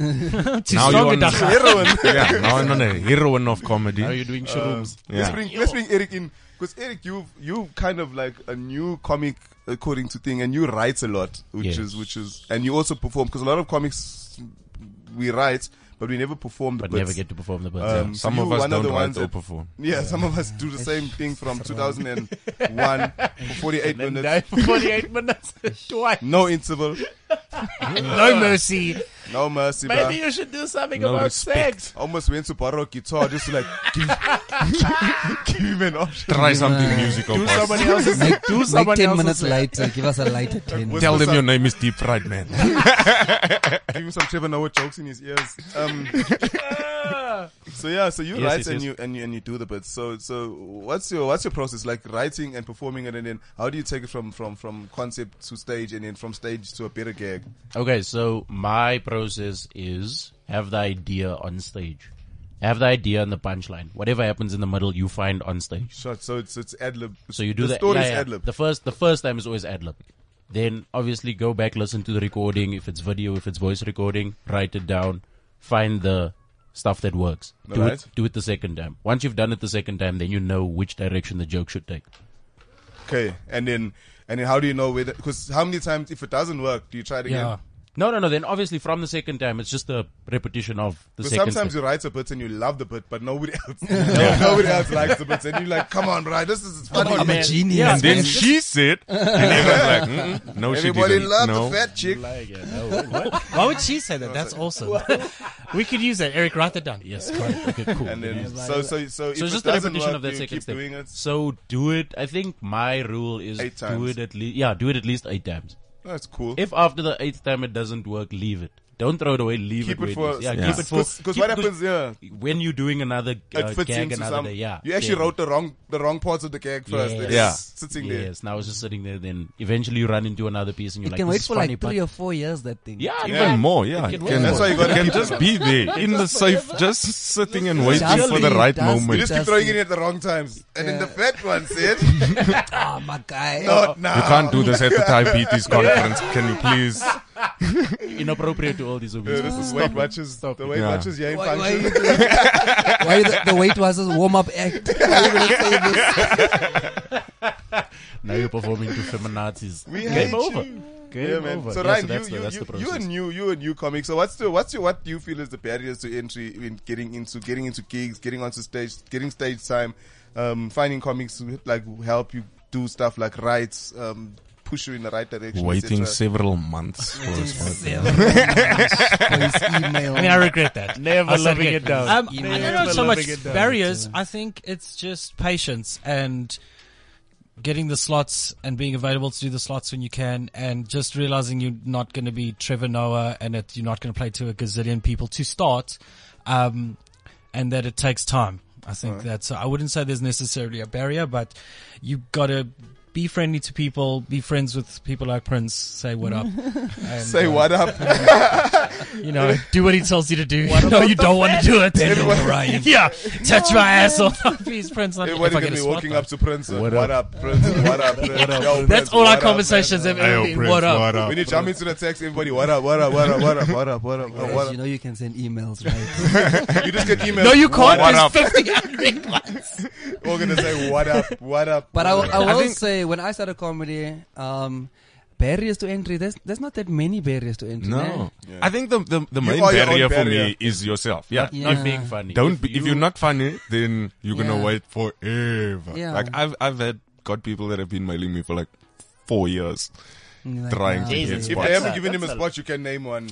S8: to
S6: Now
S8: stronger
S6: you're on-
S8: dacha.
S4: Heroin.
S6: yeah, now I'm not a heroine of
S2: How are
S6: comedy.
S2: you doing shrooms?
S4: Let's
S6: Yeah.
S4: bring let's bring Eric in because Eric, you you kind of like a new comic according to thing, and you write a lot, which
S2: Yes.
S4: is which is, and you also perform because a lot of comics we write, but we never perform the
S2: but
S4: bits.
S2: never get to perform the birds.
S4: Um,
S6: Some
S4: you
S6: of us
S4: one
S6: don't
S4: the
S6: write
S4: ones
S6: or
S4: that-
S6: perform.
S4: Yeah, some of us do the same thing from 2001 for 48
S2: and
S4: minutes,
S2: die for 48 minutes twice.
S4: no interval,
S8: No mercy.
S4: no mercy.
S2: Maybe
S4: bruh.
S2: you should do something
S6: No
S2: about
S6: respect.
S2: sex.
S4: Almost went to borrow a guitar just to like give, give him an option.
S6: Try something musical.
S2: Do
S6: boss.
S2: somebody else's.
S5: Make,
S2: do
S5: make
S2: someone
S5: 10
S2: else's
S5: minutes
S2: thing.
S5: later. Give us a lighter 10.
S4: Whisper
S6: Tell them
S4: some-
S6: your name is Deep Fried Man.
S4: give him some Trevor Noah jokes in his ears. Um, so yeah, so you
S2: Yes,
S4: write
S2: yes,
S4: and
S2: yes.
S4: you and you and you do the bits. So so what's your what's your process like writing and performing it, and then how do you take it from from from concept to stage, and then from stage to a better gag?
S2: Okay, so my process is have the idea on stage. Have the idea and the punchline. Whatever happens in the middle, you find on stage.
S4: Shot. So it's it's ad lib.
S2: So you do
S4: the
S2: that.
S4: story
S2: yeah,
S4: is
S2: yeah.
S4: ad lib.
S2: The first, the first time is always ad lib. Then obviously go back, listen to the recording. If it's video, if it's voice recording, write it down. Find the stuff that works. Do
S4: Alright.
S2: it. Do it the second time. Once you've done it the second time, then you know which direction the joke should take.
S4: Okay, and then and then how do you know whether? Because how many times if it doesn't work, do you try it again?
S8: Yeah.
S2: No, no, no. Then obviously from the second time, it's just the repetition of the
S4: But
S2: second.
S4: sometimes
S2: time.
S4: you write a bit and you love the bit, but nobody else, nobody else likes the bit, and you're like, "Come on, right? This is funny."
S8: I'm a
S2: man.
S8: genius.
S2: Yeah,
S6: And then she said, and everyone's like, mm, no, she
S4: Everybody
S6: didn't.
S4: loves
S6: no.
S4: the fat chick.
S3: Why would she say that? That's awesome. we could use that. Eric, write that down.
S2: Yes, correct. Okay, cool.
S4: And then so so so, if
S2: so
S4: it
S2: it's just the
S4: doesn't
S2: repetition
S4: work,
S2: of that
S4: you
S2: second
S4: keep
S2: step.
S4: doing it.
S2: So do it. I think my rule is
S4: Eight
S2: do
S4: times.
S2: it at least. Yeah, do it at least eight times.
S4: That's cool.
S2: If after the eighth time it doesn't work, leave it. Don't throw it away. Leave
S4: Keep
S2: it.
S4: it
S2: where
S4: for-
S2: is. yeah,
S6: Yeah.
S2: keep it for
S4: because what
S2: keep-
S4: happens? Yeah,
S2: when you're doing another
S4: it
S2: uh,
S4: fits
S2: gag
S4: into
S2: another
S4: some.
S2: day. Yeah,
S4: you actually
S2: yeah.
S4: wrote the wrong the wrong parts of the gag first. They're
S6: Yeah.
S4: just sitting there.
S2: Yes, now it's just sitting there. Then eventually you run into another piece and
S5: You
S2: you're like,
S5: can
S2: this
S5: wait
S2: is
S5: for
S2: funny,
S5: like
S2: but-
S5: three or four years, that thing.
S2: Yeah,
S6: Even more, yeah.
S2: It
S6: It
S2: can
S6: can,
S4: That's why you gotta
S6: it can
S4: keep-
S6: just be there in the safe, just sitting and waiting for the
S5: be,
S6: right
S5: just
S4: You
S6: moment.
S4: just
S6: You
S4: keep
S5: Fantastic.
S4: throwing it at the wrong times, and then the fat one said,
S5: Ah, my guy.
S4: "Not now."
S6: can't do this at the diabetes conference. Can you please?
S2: inappropriate to all these
S4: Yeah,
S2: movies.
S4: This is Weight Watchers. The Weight
S6: Yeah.
S4: Watchers yeah in
S5: Why, why, are
S4: function.
S5: you doing- why are the, the Weight Watchers warm up act? Why are you gonna say this?
S2: now you're performing to feminazis.
S4: We
S2: Game
S4: hate
S2: over.
S4: you.
S2: Game
S4: yeah, man.
S2: over.
S4: So
S2: yeah,
S4: Ryan,
S2: so that's
S4: you,
S2: the,
S4: you,
S2: that's
S4: you,
S2: the process.
S4: you a new you a new comic. So what's the what's your what do you feel is the barriers to entry in getting into getting into gigs, getting onto stage, getting stage time, um, finding comics who like who help you do stuff like writes, um, push you in the right direction.
S6: Waiting
S4: etc.
S6: several months for a spot.
S5: Voice email.
S3: I mean, I regret that.
S2: Never
S3: I said
S2: loving
S3: regret.
S2: it down.
S3: Um, I
S2: Never
S3: don't know so
S2: loving
S3: much
S2: it down.
S3: barriers. I think it's just patience and getting the slots and being available to do the slots when you can and just realizing you're not going to be Trevor Noah and that you're not going to play to a gazillion people to start. Um, and that it takes time. I think that's, I wouldn't say there's necessarily a barrier, but you've got to be friendly to people, be friends with people like Prince, say what up. and,
S4: Say
S3: uh,
S4: what up?
S3: you know, do what he tells you to do. no, you don't want to do it. yeah, touch my ass on please, Prince. Let me-
S4: Everybody's
S3: if I
S4: gonna
S3: get
S4: be
S3: a
S4: walking
S3: spotlight.
S4: up to Prince. uh, What, up, Prince? What up, Prince? Yo, Prince,
S3: That's all
S4: what
S3: our
S4: up,
S3: conversations have ever been. What up?
S4: man? When you jump into the text, everybody, what up, what up, what up, what up, what up, what up, uh,
S5: Guys, you
S4: what
S5: know you can send emails, right?
S4: up? You just get emails.
S3: No, you can't.
S6: What up?
S3: There's 50 unread ones.
S4: We're gonna say what up, what up.
S5: But I, will- I will
S6: I think-
S5: say, when I started comedy, um, barriers to entry, there's, there's not that many barriers to entry.
S6: No, I think the the, the main
S4: are your own
S6: barrier for
S4: barrier.
S6: me is yourself. Yeah.
S5: Yeah.
S2: Not being funny.
S6: Don't
S2: If
S6: be, if you're not funny, then you're gonna
S5: Yeah.
S6: wait forever.
S5: Yeah.
S6: Like I've I've had got people that have been mailing me for like four years
S5: And you're like,
S6: trying to
S5: nah,
S6: get
S2: Jesus.
S4: If
S6: spots.
S4: I haven't
S2: a-
S4: given him a
S2: that's a-
S4: spot, you can name one.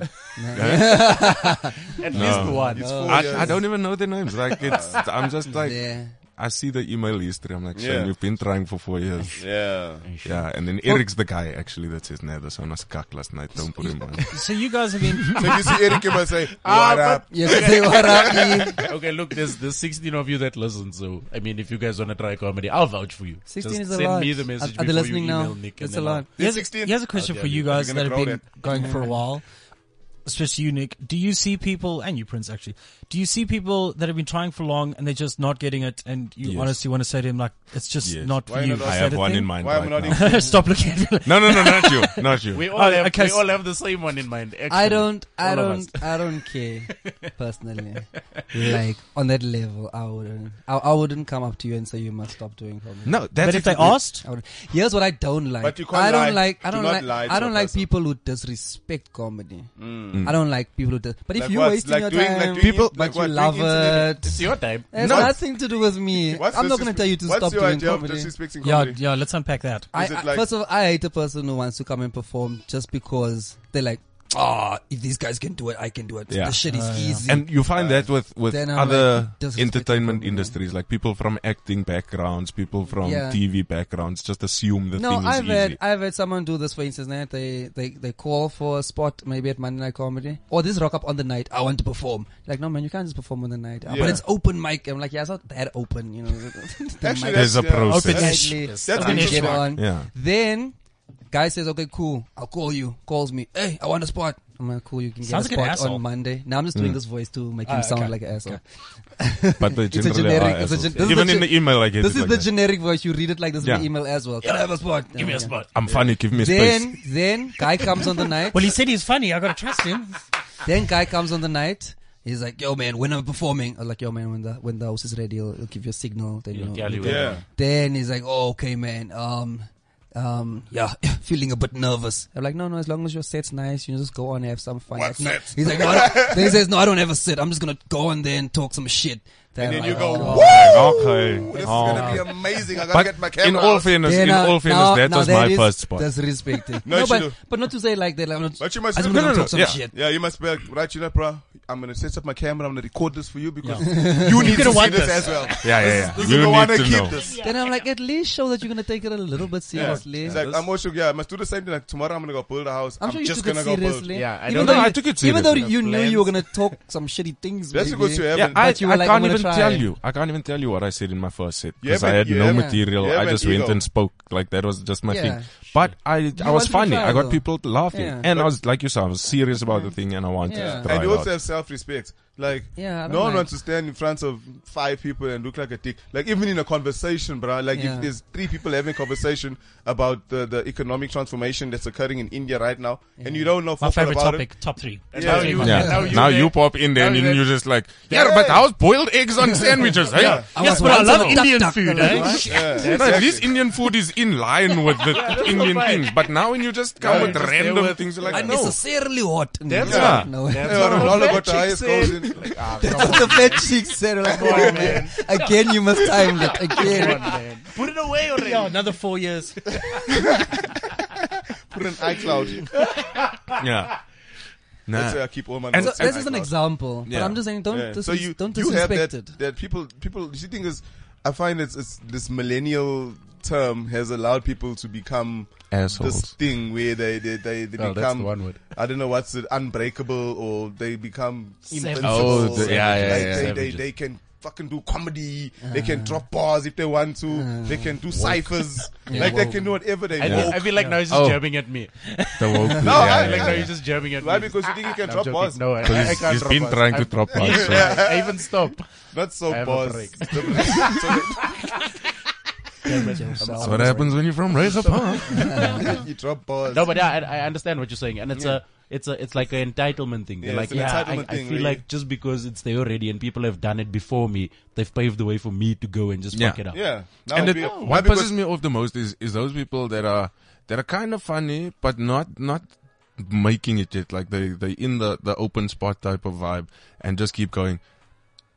S2: at
S6: No.
S2: least one.
S4: It's four years.
S6: I, I don't even know the names. Like it's, I'm just like,
S5: yeah.
S6: I see the email history. I'm like,
S4: Yeah.
S6: yeah. we've been trying for four years.
S4: Yeah.
S6: Yeah, and then Eric's the guy actually that says, "Nah, this one was cuck last night. Don't put him on."
S3: So you guys have been.
S4: So you see Eric Kimber say, what up?
S5: You can say what up, E.
S2: Okay, look, there's there's 16 of you that listen. So I mean, if you guys wanna try comedy, I'll vouch for you.
S5: 16
S2: Just
S5: is a
S2: send
S5: lot.
S2: me the message
S5: Are- are they
S2: before
S5: listening
S2: you email
S5: now?
S2: Nick.
S5: That's
S2: and
S5: a
S2: then
S5: lot.
S3: Here's a,
S4: 16.
S3: here's a question
S2: Oh,
S3: for
S2: yeah,
S3: you
S2: we're
S3: guys
S4: gonna
S3: that have
S4: grow
S3: been going for a while, especially you, Nick. Do you see people, and you, Prince, actually, do you see people that have been trying for long and they're just not getting it, and you
S6: Yes.
S3: honestly want to say to him, like, it's just
S6: Yes.
S3: not for
S4: Why
S3: you?
S4: not?
S3: Is
S6: I
S3: that
S6: have
S3: a
S6: one
S3: thing?
S6: in mind.
S4: Why am I
S6: right
S4: not
S6: now.
S4: included?
S3: Stop looking at me.
S6: No, no, no, not you, not you.
S2: We all,
S3: Oh,
S2: have,
S3: okay,
S2: we
S3: so-
S2: all have the same one in mind. Actually.
S5: I don't, I
S2: All of
S5: don't, I don't care personally. like on that level, I wouldn't, I, I wouldn't come up to you and say you must stop doing comedy.
S6: no, that's
S3: But if they
S6: actually-
S3: asked,
S5: I would, here's what I don't like.
S4: But you can't
S5: I don't
S4: lie.
S5: like. I
S4: Do
S5: don't
S4: not
S5: like.
S4: lie to
S5: I
S4: a
S5: don't like
S4: person. Mm.
S5: people who disrespect comedy. I don't like people who. Dis- but if
S4: Like
S5: you're
S4: what?
S5: wasting
S4: Like
S5: your
S4: doing- like
S5: time,
S4: doing-
S5: people,
S4: like
S5: but
S4: what?
S5: you
S4: Doing
S5: love
S4: internet-
S5: it.
S2: It's your time.
S5: It has
S6: No.
S5: nothing to do with me.
S4: What's
S5: I'm not
S4: disres-
S5: going to tell you to
S4: what's
S5: stop
S4: your
S5: doing
S4: idea of
S5: comedy.
S4: disrespecting
S3: yeah,
S4: comedy?
S3: yeah, let's unpack that.
S5: I,
S4: Is it
S5: I-
S4: like-
S5: first of all, I hate a person who wants to come and perform just because they're like, ah, if these guys can do it, I can do it.
S6: Yeah.
S5: The shit is easy.
S6: And you find that with, with
S5: Then I'm
S6: other
S5: like, disrespectful,
S6: entertainment
S5: yeah.
S6: industries, like people from acting backgrounds, people from
S5: Yeah.
S6: TV backgrounds, just assume the
S5: no,
S6: thing is
S5: I've
S6: easy.
S5: had I've had someone do this for instance. Now they they they call for a spot maybe at Monday Night Comedy or this rock up on the night. I want to perform. Like no man, you can't just perform on the night. "Ah, But
S4: Yeah.
S5: it's open mic. I'm like yeah, it's not that open. You know, The
S4: Actually,
S5: mic
S6: There's a
S4: That's- yeah.
S6: process.
S3: Open
S5: is slightly-
S4: That's
S5: Then
S4: an
S5: get
S4: issue.
S5: on.
S6: Yeah.
S5: Then guy says, "Okay, cool. I'll call you." Calls me. Hey, I want a spot. I'm like, "Cool, you can
S3: Sounds
S5: get a
S3: like an
S5: spot
S3: asshole.
S5: on Monday." Now I'm just
S6: Mm.
S5: doing this voice to make him
S3: Ah,
S5: sound
S3: okay.
S5: like an asshole.
S6: But they
S5: a
S6: generally
S5: generic-
S6: are
S5: it's a
S6: assholes.
S5: gen- this is
S6: Even
S5: the
S6: in
S5: gen-
S6: the email, I get
S5: This
S6: it
S5: is
S6: like
S5: the
S6: that.
S5: generic voice. You read it like this
S6: Yeah.
S5: in the email as well. Can I have a spot?
S2: Give me a
S5: Yeah.
S2: spot.
S6: I'm funny. Give me space.
S5: Then, then guy comes on the night.
S3: Well, he said he's funny. I gotta trust him.
S5: then guy comes on the night. He's like, "Yo, man, when I'm performing," I was like, "Yo, man, when the when the house is ready, it'll, it'll give you a signal." Then you know.
S2: Tell you
S5: then-
S2: when.
S4: Yeah.
S5: Then he's like, "Oh, okay, man. Um, um, yeah, feeling a bit nervous. I'm like, no, no, as long as your set's nice, you just go on and have some fun.
S4: What
S5: Like, no.
S4: set?
S5: He's like, no, I don't- then he says, no, I don't have a set. I'm just gonna go on there and talk some shit.
S4: And then
S5: I'm
S4: you
S5: like,
S4: go,
S5: oh.
S4: woo!
S6: Okay.
S4: This is
S6: Oh.
S4: gonna be amazing. I gotta
S6: But
S4: get my camera.
S6: in all
S4: out.
S6: fairness,
S5: Yeah,
S6: in
S5: now-
S6: all fairness,
S5: uh, now-
S6: that
S5: now
S6: was
S5: that
S6: my
S5: is-
S6: first spot.
S5: That's respected.
S4: No,
S5: no,
S4: you
S5: but,
S4: do.
S5: but not to say like that. Like, I'm not,
S4: But you must-
S5: I just
S4: No,
S5: want to
S6: no, no,
S5: talk some
S6: yeah.
S5: shit.
S4: yeah, you must be like, right, you know, bro. I'm gonna set up my camera. I'm gonna record this for you because you need to
S8: gonna
S4: see
S8: want
S4: this,
S8: this.
S4: as well.
S6: yeah, yeah, yeah.
S4: This
S6: You
S4: is the
S6: need
S4: one I
S6: to
S4: keep
S6: know.
S4: this.
S5: Then I'm like, at least show that you're gonna take it a little bit seriously.
S4: It's like, I'm also, yeah, I must do the same thing. Like, tomorrow I'm gonna go build a house.
S5: I'm
S4: I'm,
S5: sure you
S4: just
S5: took it
S4: gonna go build.
S5: seriously.
S2: Yeah, I
S5: even
S2: don't
S5: though
S6: know.
S5: you,
S6: I took it
S5: Even though
S6: serious.
S5: you knew
S2: Plans.
S5: you were gonna talk some shitty things.
S4: That's
S5: maybe.
S4: what goes to
S6: Yeah,
S4: heaven.
S6: I,
S5: But you were
S6: I
S5: like, I'm
S6: can't
S5: gonna
S6: even
S5: try.
S6: tell you. I can't even tell you what I said in my first set
S4: You
S6: because I
S4: have
S6: had
S4: an- you
S6: no
S4: have an-
S6: material.
S4: you have
S6: I
S4: an
S6: just went
S4: ego.
S6: and spoke like that was just my
S5: Yeah.
S6: thing. But I I was
S5: wanted to
S6: funny.
S5: try,
S6: I got
S5: though.
S6: people laughing,
S5: Yeah.
S6: and I was like you said, I was serious about the thing, and I wanted
S5: Yeah.
S6: to try
S4: And you
S6: it
S4: also
S6: out.
S4: have self-respect. Like,
S5: Yeah, I don't
S4: no one
S5: mind.
S4: wants to stand in front of five people and look like a dick. Like, even in a conversation, bro. Like,
S5: Yeah.
S4: if there's three people having a conversation about the, the economic transformation that's occurring in India right now, and you don't know for
S3: My
S4: sure
S3: favorite
S4: about
S3: topic, top three.
S2: And
S4: Yeah.
S2: now you,
S6: Yeah.
S2: and
S6: Now,
S2: now
S6: you,
S2: you, there.
S6: pop in there and
S2: now you-
S6: you're just like, yeah, but how's boiled eggs on sandwiches? hey?
S5: I
S3: Yes,
S5: was
S3: but I
S5: once
S3: love
S5: on a
S3: Indian
S5: duck, duck,
S3: food,
S5: duck,
S3: eh?
S5: right?
S4: it. Yeah.
S6: No, at least Indian food is in line with the Indian
S2: fine.
S6: things. But now when you just come
S2: Yeah,
S6: with
S2: you just stay
S6: random
S2: with-
S6: things, you're like, no.
S5: Unnecessarily hot.
S2: That's
S5: No,
S6: right.
S5: no.
S4: Yeah, but all about
S2: Magic
S4: the highest
S2: said-
S4: goals in- like, ah,
S5: That's what the fat chick said. I'm Like, oh, man. Again, you must time it. Again.
S2: Put it away already.
S8: Yeah, another four years.
S4: put an iCloud.
S6: Yeah.
S4: That's
S6: Nah.
S4: where I keep all my
S6: And-
S5: So
S4: notes.
S5: that's just an
S4: iCloud.
S5: example.
S6: Yeah.
S5: But I'm just saying, don't
S4: Yeah.
S5: dis-
S4: so you
S5: don't
S4: you have
S5: disrespect
S4: that,
S5: it.
S4: that people people the thing is I find it's, it's this millennial term has allowed people to become this
S6: Assholes.
S4: thing where they they they, they
S2: Well, Oh, that's
S4: become
S2: the one word.
S4: I don't know what's it unbreakable or they become invincible.
S2: Oh, the- yeah, yeah, yeah.
S4: like They, they
S2: Savages.
S4: they can fucking do comedy. they
S2: Ah.
S4: can drop bars if they want to. they can do ciphers. like they can do whatever they
S2: I,
S4: want.
S2: feel, I feel like now he's just
S6: Oh.
S2: jabbing at me.
S6: The woke.
S4: No,
S6: yeah,
S4: I
S6: yeah,
S2: Like
S4: like
S2: now
S6: yeah.
S2: he's just jabbing at
S4: Why?
S2: me.
S4: Because you think you can
S2: No, I'm
S4: drop
S2: joking.
S4: bars?
S2: No, I, I
S6: He's-
S2: can't
S6: he's
S2: drop
S6: been
S2: bars.
S6: trying to
S2: I'm-
S6: drop us. so-
S2: I even stop.
S4: Not so
S2: I have a
S4: bars.
S2: break.
S4: It's different. So
S6: That's what happens when you're from Razor Park.
S4: that- you drop bars.
S2: No, but yeah, I, I understand what you're saying, and it's a. It's a, it's like an entitlement thing. They're
S4: Yeah,
S2: like,
S4: it's an
S2: yeah, I,
S4: entitlement
S2: I
S4: thing,
S2: feel
S4: really.
S2: like just because it's there already and people have done it before me, they've paved the way for me to go and just
S6: Yeah.
S2: fuck it up.
S4: Yeah. Now
S6: And
S4: we-
S6: it,
S4: why?
S6: what
S4: Because-
S6: pisses me off the most is, is those people that are that are kind of funny but not not making it yet. Like they they in the the open spot type of vibe and just keep going.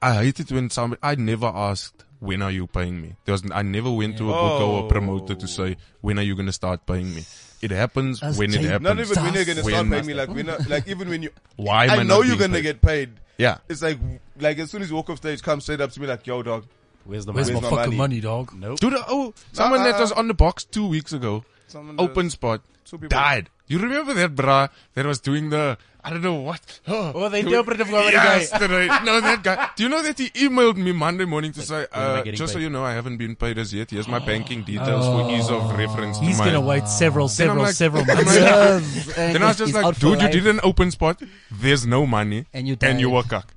S6: I hate it when somebody I never asked when are you paying me. There was I never went to a booker
S4: Oh.
S6: or a promoter to say when are you gonna start paying me. It happens
S8: That's
S6: when it
S8: Jay-
S6: happens.
S4: Not even when you're gonna start
S6: When-
S4: paying me. Like we're not. Like even when you.
S6: Why am
S4: I
S6: I
S4: know
S6: not
S4: you're
S6: being
S4: gonna
S6: paid?
S4: get paid.
S6: yeah.
S4: It's like like as soon as you walk off stage, come straight up to me like, "Yo, dog."
S2: Where's the
S8: Where's
S2: money?
S8: my
S4: my
S8: fucking money,
S4: money?
S8: dog?
S2: Nope.
S6: Dude, oh, someone that
S4: uh,
S6: was on the box two weeks ago,
S4: Someone that-
S6: open spot,
S4: Two people.
S6: died. You remember that bra that was doing the, I don't know what. Oh,
S2: Oh, the interpretive comedy guy.
S6: yesterday. No, that guy. Do you know that he emailed me Monday morning to say,
S2: am I
S6: uh,
S2: getting
S6: just so
S2: paid?
S6: you know, I haven't been paid as yet. Here's my banking details for ease of reference.
S3: He's
S6: to my,
S3: gonna wait several,
S6: Then I'm
S3: several,
S6: like-
S3: several
S6: I'm
S3: months.
S6: like-
S5: Serves and
S6: then I was
S5: it
S6: just
S5: is
S6: like,
S5: out for
S6: dude, you
S5: life.
S6: did an open spot. There's no money.
S5: And you
S6: And you were
S5: died.
S6: cuck.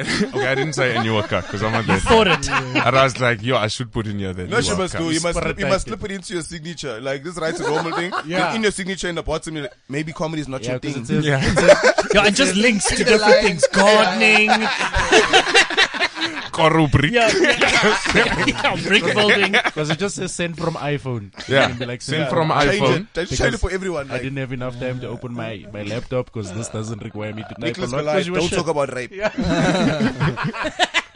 S6: okay, I didn't say and you were cuck because I'm not that.
S3: Thought it.
S6: And I was like, yo, I should put in here that.
S4: No,
S6: you
S4: you
S6: are
S4: must
S6: cuck.
S4: do. You must
S2: Spirit
S4: you must
S2: like
S4: slip it into your signature. Like this right a normal thing.
S2: Yeah.
S4: yeah. In your signature in the bottom, you're like, maybe comedy is not
S2: Yeah,
S4: your
S2: 'cause
S4: thing.
S2: it says
S6: Yeah.
S3: Yeah, and just links to
S5: the
S3: different
S5: line.
S3: things. Gardening, yeah,
S6: Koro brick.
S3: yeah, brick building.
S2: because it just says sent from iPhone.
S6: Yeah.
S2: You can be like,
S6: Sent
S2: send
S6: from
S4: Change
S6: iPhone.
S4: it. Change it for everyone.
S2: I
S4: Like,
S2: didn't have enough time to open my, my laptop because this doesn't require me to type
S4: Nicholas
S2: a lot.
S4: Galai,
S2: 'cause you were
S4: don't
S2: shit.
S4: talk about rape.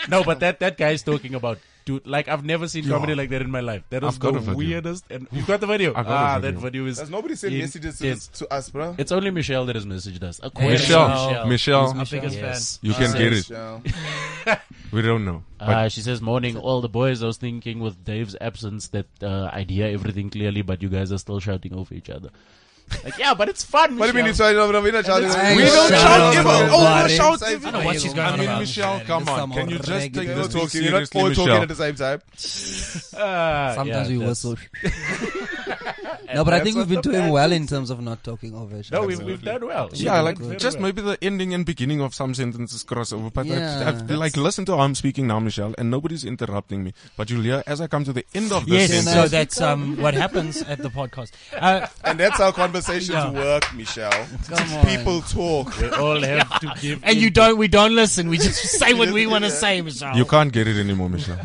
S2: No, but that that guy is talking about. Dude, like I've never seen comedy like that in my life. That is
S6: I've got
S2: the
S6: a video.
S2: weirdest. And you got the video.
S6: I've got a
S2: ah,
S6: video.
S2: that video is.
S4: Does nobody send messages to,
S2: intense.
S4: this, to us, bro?
S2: It's only Michelle that has messaged us. A
S6: Michelle.
S3: Michelle.
S6: Michelle,
S3: My biggest
S2: Yes.
S6: you can get it.
S4: Yeah.
S6: We don't know. But
S2: Uh, she says, "Morning, all the boys. I was thinking with Dave's absence that uh, I hear everything clearly, but you guys are still shouting over each other. Like, yeah, but it's fun.
S4: What do you mean?
S2: Michelle.
S4: It's right over We don't shout.
S5: it's-
S4: We
S5: We
S4: don't
S5: don't
S4: shout
S5: shout
S4: ever.
S5: nobody.
S4: Oh, we don't shout
S5: I
S4: ever.
S3: I don't know what she's going
S6: I
S3: on
S6: mean,
S3: about.
S6: Michelle, come on.
S5: some
S6: Can you
S5: more
S6: just take
S5: reggae.
S4: You're
S6: this
S4: not
S6: thing
S4: talking. You're not all
S6: seriously,
S4: talking
S6: Michelle?
S4: at the same time.
S2: Ah,
S5: Sometimes
S2: yeah,
S5: we
S2: that's-
S5: whistle. no, but I think we've been doing well in terms of not talking over each
S2: No,
S5: other.
S2: we've, we've done well.
S6: Yeah, like
S2: Very
S6: just
S2: well.
S6: maybe the ending and beginning of some sentences cross over. But
S5: Yeah.
S6: I've, I've like listened to how I'm speaking now, Michelle, and nobody's interrupting me. But you'll hear as I come to the end of this
S3: Yes, so
S6: sentence.
S3: that's um, what happens at the podcast. Uh,
S4: And that's how conversations
S3: Yeah.
S4: work, Michelle.
S5: Come on.
S4: People talk.
S2: we all have to give.
S3: and you don't, we don't listen. We just say what we want to say, Michelle.
S6: you can't get it anymore, Michelle.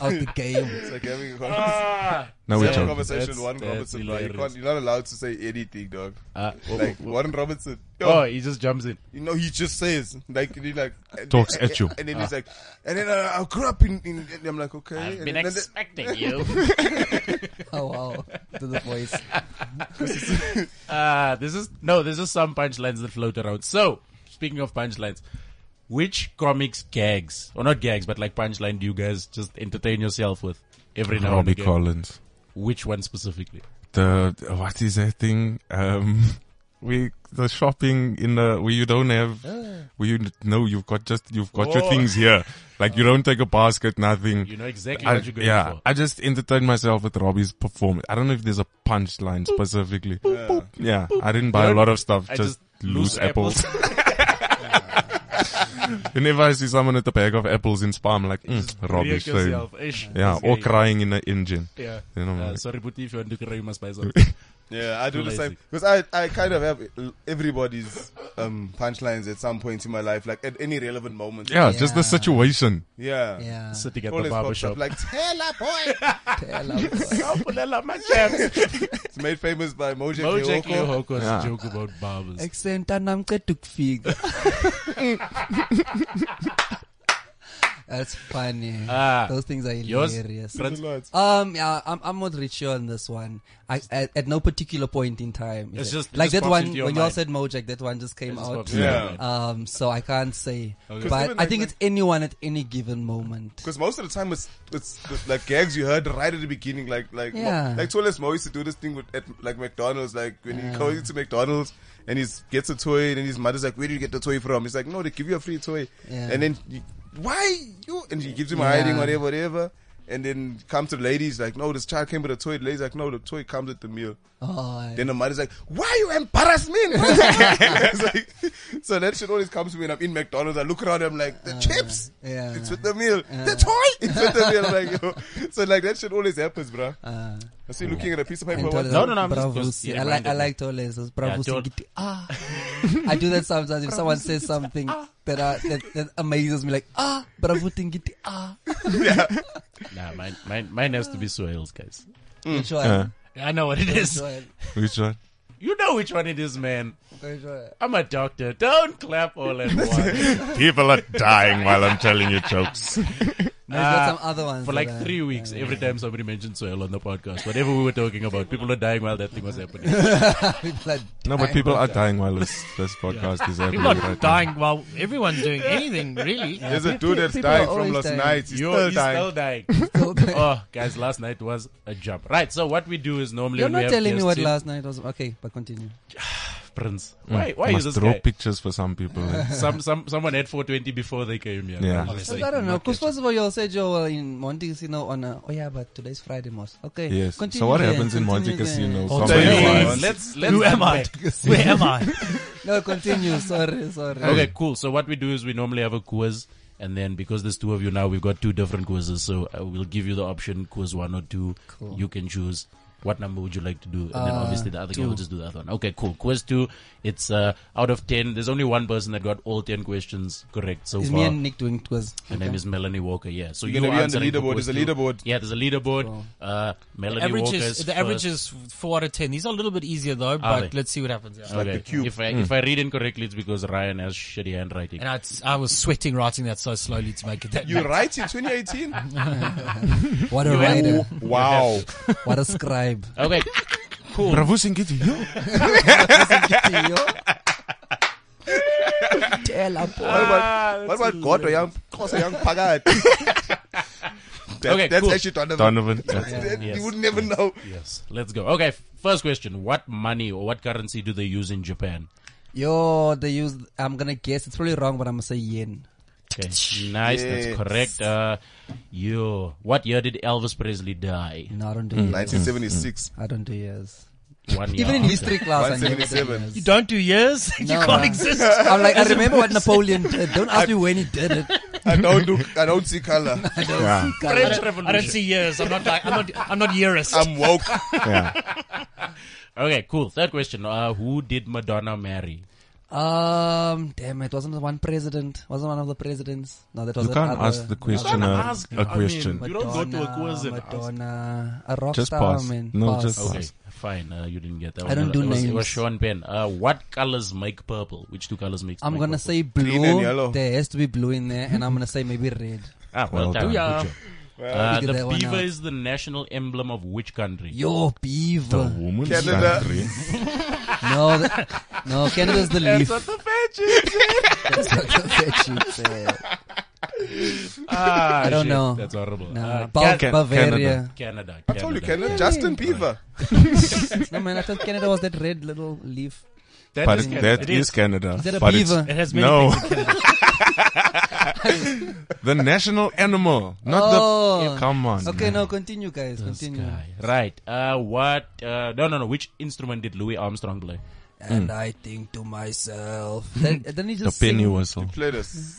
S5: out the game.
S4: It's like having a conversation,
S2: Uh,
S6: No, we're
S4: having a
S6: joking.
S4: conversation
S2: That's-
S4: with one
S2: that's
S4: Robertson. bro. You
S2: hilarious.
S4: can't, you're not allowed to say anything, dog.
S2: Uh, oh,
S4: Like
S2: oh,
S4: Warren Robertson, yo,
S2: oh, he just jumps in.
S4: you know, he just says like he like and-
S6: Talks
S4: and-
S6: at you.
S4: and then he's like, and then uh, I grew up in, in and I'm like, okay, and then, and then-
S2: expecting you.
S5: Oh wow, to the voice.
S2: Uh, this is no, this is some punchlines that float around. So, speaking of punchlines, which comics gags or not gags, but like punchline do you guys just entertain yourself with every now and
S6: Robbie
S2: again?
S6: Collins.
S2: Which one specifically?
S6: the what is that thing? Um, we the shopping in the where you don't have where you n- know you've got just you've got
S2: Oh.
S6: your things here. Like you don't take a basket, nothing.
S2: You know exactly
S6: I,
S2: what you're going
S6: yeah,
S2: for.
S6: I just entertained myself with Robbie's performance. I don't know if there's a punchline specifically. yeah, I didn't buy a lot of stuff.
S2: I
S6: just,
S2: just
S6: loose
S2: lose
S6: apples.
S2: apples.
S6: Whenever I see someone with a bag of apples in spam, like mm, Robbie,
S2: React
S6: shame.
S2: yourself. Ish,
S6: yeah,
S2: this
S6: or
S2: guy.
S6: crying in an engine.
S2: Yeah.
S6: You know,
S2: Uh,
S6: like-
S2: sorry, Puti, if you want to cry, you must buy something.
S4: yeah, I do
S2: Too
S4: the
S2: lazy.
S4: same because I I kind of have everybody's um punchlines at some point in my life, like at any relevant moment.
S6: yeah, just the
S5: Yeah.
S6: situation.
S4: yeah,
S5: Yeah.
S2: Sitting at the
S4: Always
S2: barber
S4: pops
S2: shop.
S4: up like Taylor boy.
S5: Tell our voice.
S2: "Oh, Pulela, my champs."
S4: it's made famous by Mojo
S2: Bojack
S4: Kiyoko.
S2: Hoko's
S6: Yeah.
S2: joke about barbers.
S5: Ek sê dan nam ke toekfig. That's funny.
S2: Ah,
S5: Those things are
S2: yours?
S5: hilarious.
S2: Friends,
S5: Um, yeah, I'm, I'm not really sure on this one. I at, at no particular point in time. is
S2: It's
S5: it?
S2: just- it
S5: like
S2: just
S5: that
S2: pops
S5: one
S2: into your
S5: when y'all
S2: mind.
S5: said Mojack, that one just came
S2: just
S5: out.
S2: pops in your
S4: Yeah.
S2: mind.
S5: Um, so I can't say,
S4: Because
S5: but
S4: even
S5: I
S4: like
S5: think
S4: the-
S5: it's anyone at any given moment.
S4: Because most of the time it's it's the, like gags you heard right at the beginning, like like
S5: Yeah.
S4: Mo, like Toilet Mo used to do this thing with at like McDonald's, like when he goes into McDonald's and he gets a toy, and then his mother's like, "Where do you get the toy from?" He's like, "No, they give you a free toy,"
S5: Yeah.
S4: and then you, why you? And he gives him
S5: Yeah.
S4: a hiding, whatever, whatever. And then come to the ladies like, no, this child came with a toy. The lady's like, no, the toy comes with the meal.
S5: Oh,
S4: Then the mother's like, why you embarrass me? in front of my-" It's like- so that shit always comes to me when I'm in McDonald's. I look around, I'm like, the chips.
S5: Uh, yeah. Uh.
S4: It's with the meal. the toy. It's with the meal. Like, yo. So like that shit always happens, bro.
S5: uh,
S4: I see you looking at a piece of paper.
S5: and
S4: what-
S5: Toles-
S2: No, no, no, I'm just-
S5: bravo,
S2: just-
S5: see,
S2: yeah,
S5: I like I
S2: random.
S5: like Toles. those Bravo,
S2: Tol-
S5: see, ah. I do that sometimes if someone says something
S2: ah.
S5: that, uh, that that amazes me, like ah, bravo, tingiti, ah.
S2: Nah, mine, mine, mine has to be Swahils, guys.
S5: Which one?
S6: Uh,
S3: I know what it
S5: Which
S3: is.
S5: one?
S6: Which one?
S2: You know which one it is, man.
S5: Which one?
S2: I'm a doctor. Don't clap all at once.
S6: People are dying while I'm telling you jokes.
S5: No, he's got
S2: Ah,
S5: some other ones
S2: For
S5: that
S2: like
S5: are-
S2: three weeks, every time somebody mentioned soil on the podcast, whatever we were talking about, people are dying while that thing was happening.
S5: people are
S6: No, but people are dying while this, this podcast is happening
S3: People are
S6: right now.
S3: dying while everyone's doing anything, really.
S4: There's a dude that's
S5: people are
S4: dying from
S5: always
S4: last
S5: dying.
S4: night. He's
S2: Yo,
S4: still
S2: he's
S4: dying.
S2: still dying.
S5: dying.
S2: oh, guys, last night was a jump. Right, so what we do is normally
S5: You're
S2: we
S5: not
S2: have
S5: telling me
S2: guests
S5: what
S2: in-
S5: last night was. Okay, but continue.
S2: Prince. Why? Why is
S6: I Mm. must
S2: this
S6: draw
S2: guy?
S6: pictures for some people.
S2: Some, some, someone had 420 before they came here.
S6: Yeah.
S2: I'm just
S5: Because
S2: like,
S5: I don't know.
S2: not
S5: Because first of all, you all said you were in Monte Casino on a. Oh yeah, but today's Friday, most. Okay.
S6: Yes.
S5: Continue
S6: so what
S5: then,
S6: happens in Monte
S5: continue
S6: Casino?
S5: then.
S6: Somebody
S4: Hotel
S2: catching.
S6: dies.
S4: rooms.
S2: Let's, let's
S3: Who am I?
S2: unpack.
S3: Where am I?
S5: No, continue. Sorry, sorry.
S2: Okay, cool. So what we do is we normally have a quiz, and then because there's two of you now, we've got two different quizzes. So uh, we'll give you the option quiz one or two.
S5: Cool.
S2: You can choose what number would you like to do, and then
S5: Uh,
S2: obviously the other guy
S5: two.
S2: will just do the other one. Okay, cool. Quiz two. It's uh, out of ten. There's only one person that got all ten questions correct so
S5: It's
S2: far.
S5: me and Nick doing quiz.
S2: Her name is Melanie Walker. Yeah. So
S4: You're
S2: you
S4: gonna be on the
S2: answering for
S4: leaderboard.
S2: quiz
S4: There's a
S2: two.
S4: leaderboard.
S2: Yeah, there's a leaderboard.
S5: Cool.
S2: Uh, Melanie
S3: Average
S2: Walker
S3: is, the average is four out of ten. These are a little bit easier though, but
S2: they?
S3: let's see what happens. Yeah.
S2: okay. If I
S4: Hmm.
S2: if I read incorrectly, it's because Ryan has shitty handwriting.
S3: And I, I was sweating writing that so slowly to make it that.
S4: You're right in 2018.
S5: What a writer.
S4: wow.
S5: what a scribe.
S2: Okay. Cool.
S6: Bravo, Singiti. yo.
S5: Tell a boy.
S4: What about what about God or young Kosa young Pagat? That-
S2: Okay,
S4: that's
S2: cool.
S4: actually Donovan.
S6: Donovan.
S4: That-
S2: Yes.
S4: You would never know.
S2: Yes, let's go. Okay, f- first question: What money or what currency do they use in Japan?
S5: Yo, they use. I'm gonna guess. It's probably wrong, but I'm gonna say yen.
S2: Okay, nice,
S4: Yes.
S2: that's correct. Uh, you, what year did Elvis Presley die?
S5: No, I don't
S6: Hmm,
S5: do years.
S4: 1976.
S5: I don't do years.
S2: One year.
S5: Even in
S2: after.
S5: history class, I never did
S4: 177.
S5: years.
S3: You don't do years. you
S5: No,
S3: can't
S5: man.
S3: exist.
S5: I'm like, I remember what Napoleon did. Don't ask me when he did it.
S4: I don't do. I don't see color.
S6: Yeah.
S3: I don't, I don't see years. I'm not like I'm not I'm not yearist.
S4: I'm woke.
S6: yeah.
S2: Okay, cool. Third question: uh, Who did Madonna marry?
S5: Um, damn it, wasn't the one president? Wasn't one of the presidents? No, that was
S6: You can't
S5: another-
S6: ask the question.
S2: Don't
S6: uh,
S2: ask,
S6: a
S2: I mean,
S6: question.
S2: You don't go to a quiz and ask.
S5: Madonna, a rock
S6: Just
S5: star,
S6: pass.
S5: man.
S6: No,
S5: pass.
S6: just pass.
S2: Okay, fine. Uh, you didn't get that.
S5: I
S2: one.
S5: don't
S2: It
S5: do
S2: was- It was
S5: names.
S2: Sean Penn. Uh, what colors make purple? Which two colors make?
S5: I'm
S2: make
S5: gonna
S2: purple?
S5: say
S4: Green and
S5: blue.
S4: yellow.
S5: There has to be blue in there, and I'm gonna say maybe red.
S2: Ah, well,
S6: Well
S2: done. Good job.
S6: done.
S2: Uh,
S5: Figure that
S2: the
S5: one
S2: beaver
S5: out.
S2: is the national emblem of which country?
S5: Yo,
S6: The
S5: beaver.
S6: woman's
S4: Canada.
S6: country.
S5: no, th- no, Canada's the leaf.
S2: the fetch.
S5: That's not the fat chicks, eh.
S2: ah,
S5: I don't
S2: shit.
S5: know.
S2: That's horrible.
S5: No,
S2: Uh,
S5: Bul-
S6: Can-
S5: Bavaria.
S2: Canada.
S4: I told you,
S2: Canada.
S4: Canada. Justin Bieber.
S5: No man, I thought Canada was that red little leaf.
S2: That
S6: But
S2: is
S6: it-
S2: Canada.
S6: that
S2: It
S6: is Canada.
S5: Is that a
S6: but it's-
S5: beaver?
S3: It has many
S6: No. the national animal, not
S5: Oh.
S6: the. Come on.
S5: Okay,
S6: man.
S5: no, continue, guys. Continue.
S2: Guy. Right. Uh, what? Uh, no, no, no. Which instrument did Louis Armstrong play?
S4: Hmm.
S5: And I think to myself, then, then he
S6: The
S5: just
S6: penny
S5: sing
S6: whistle.
S4: Play this.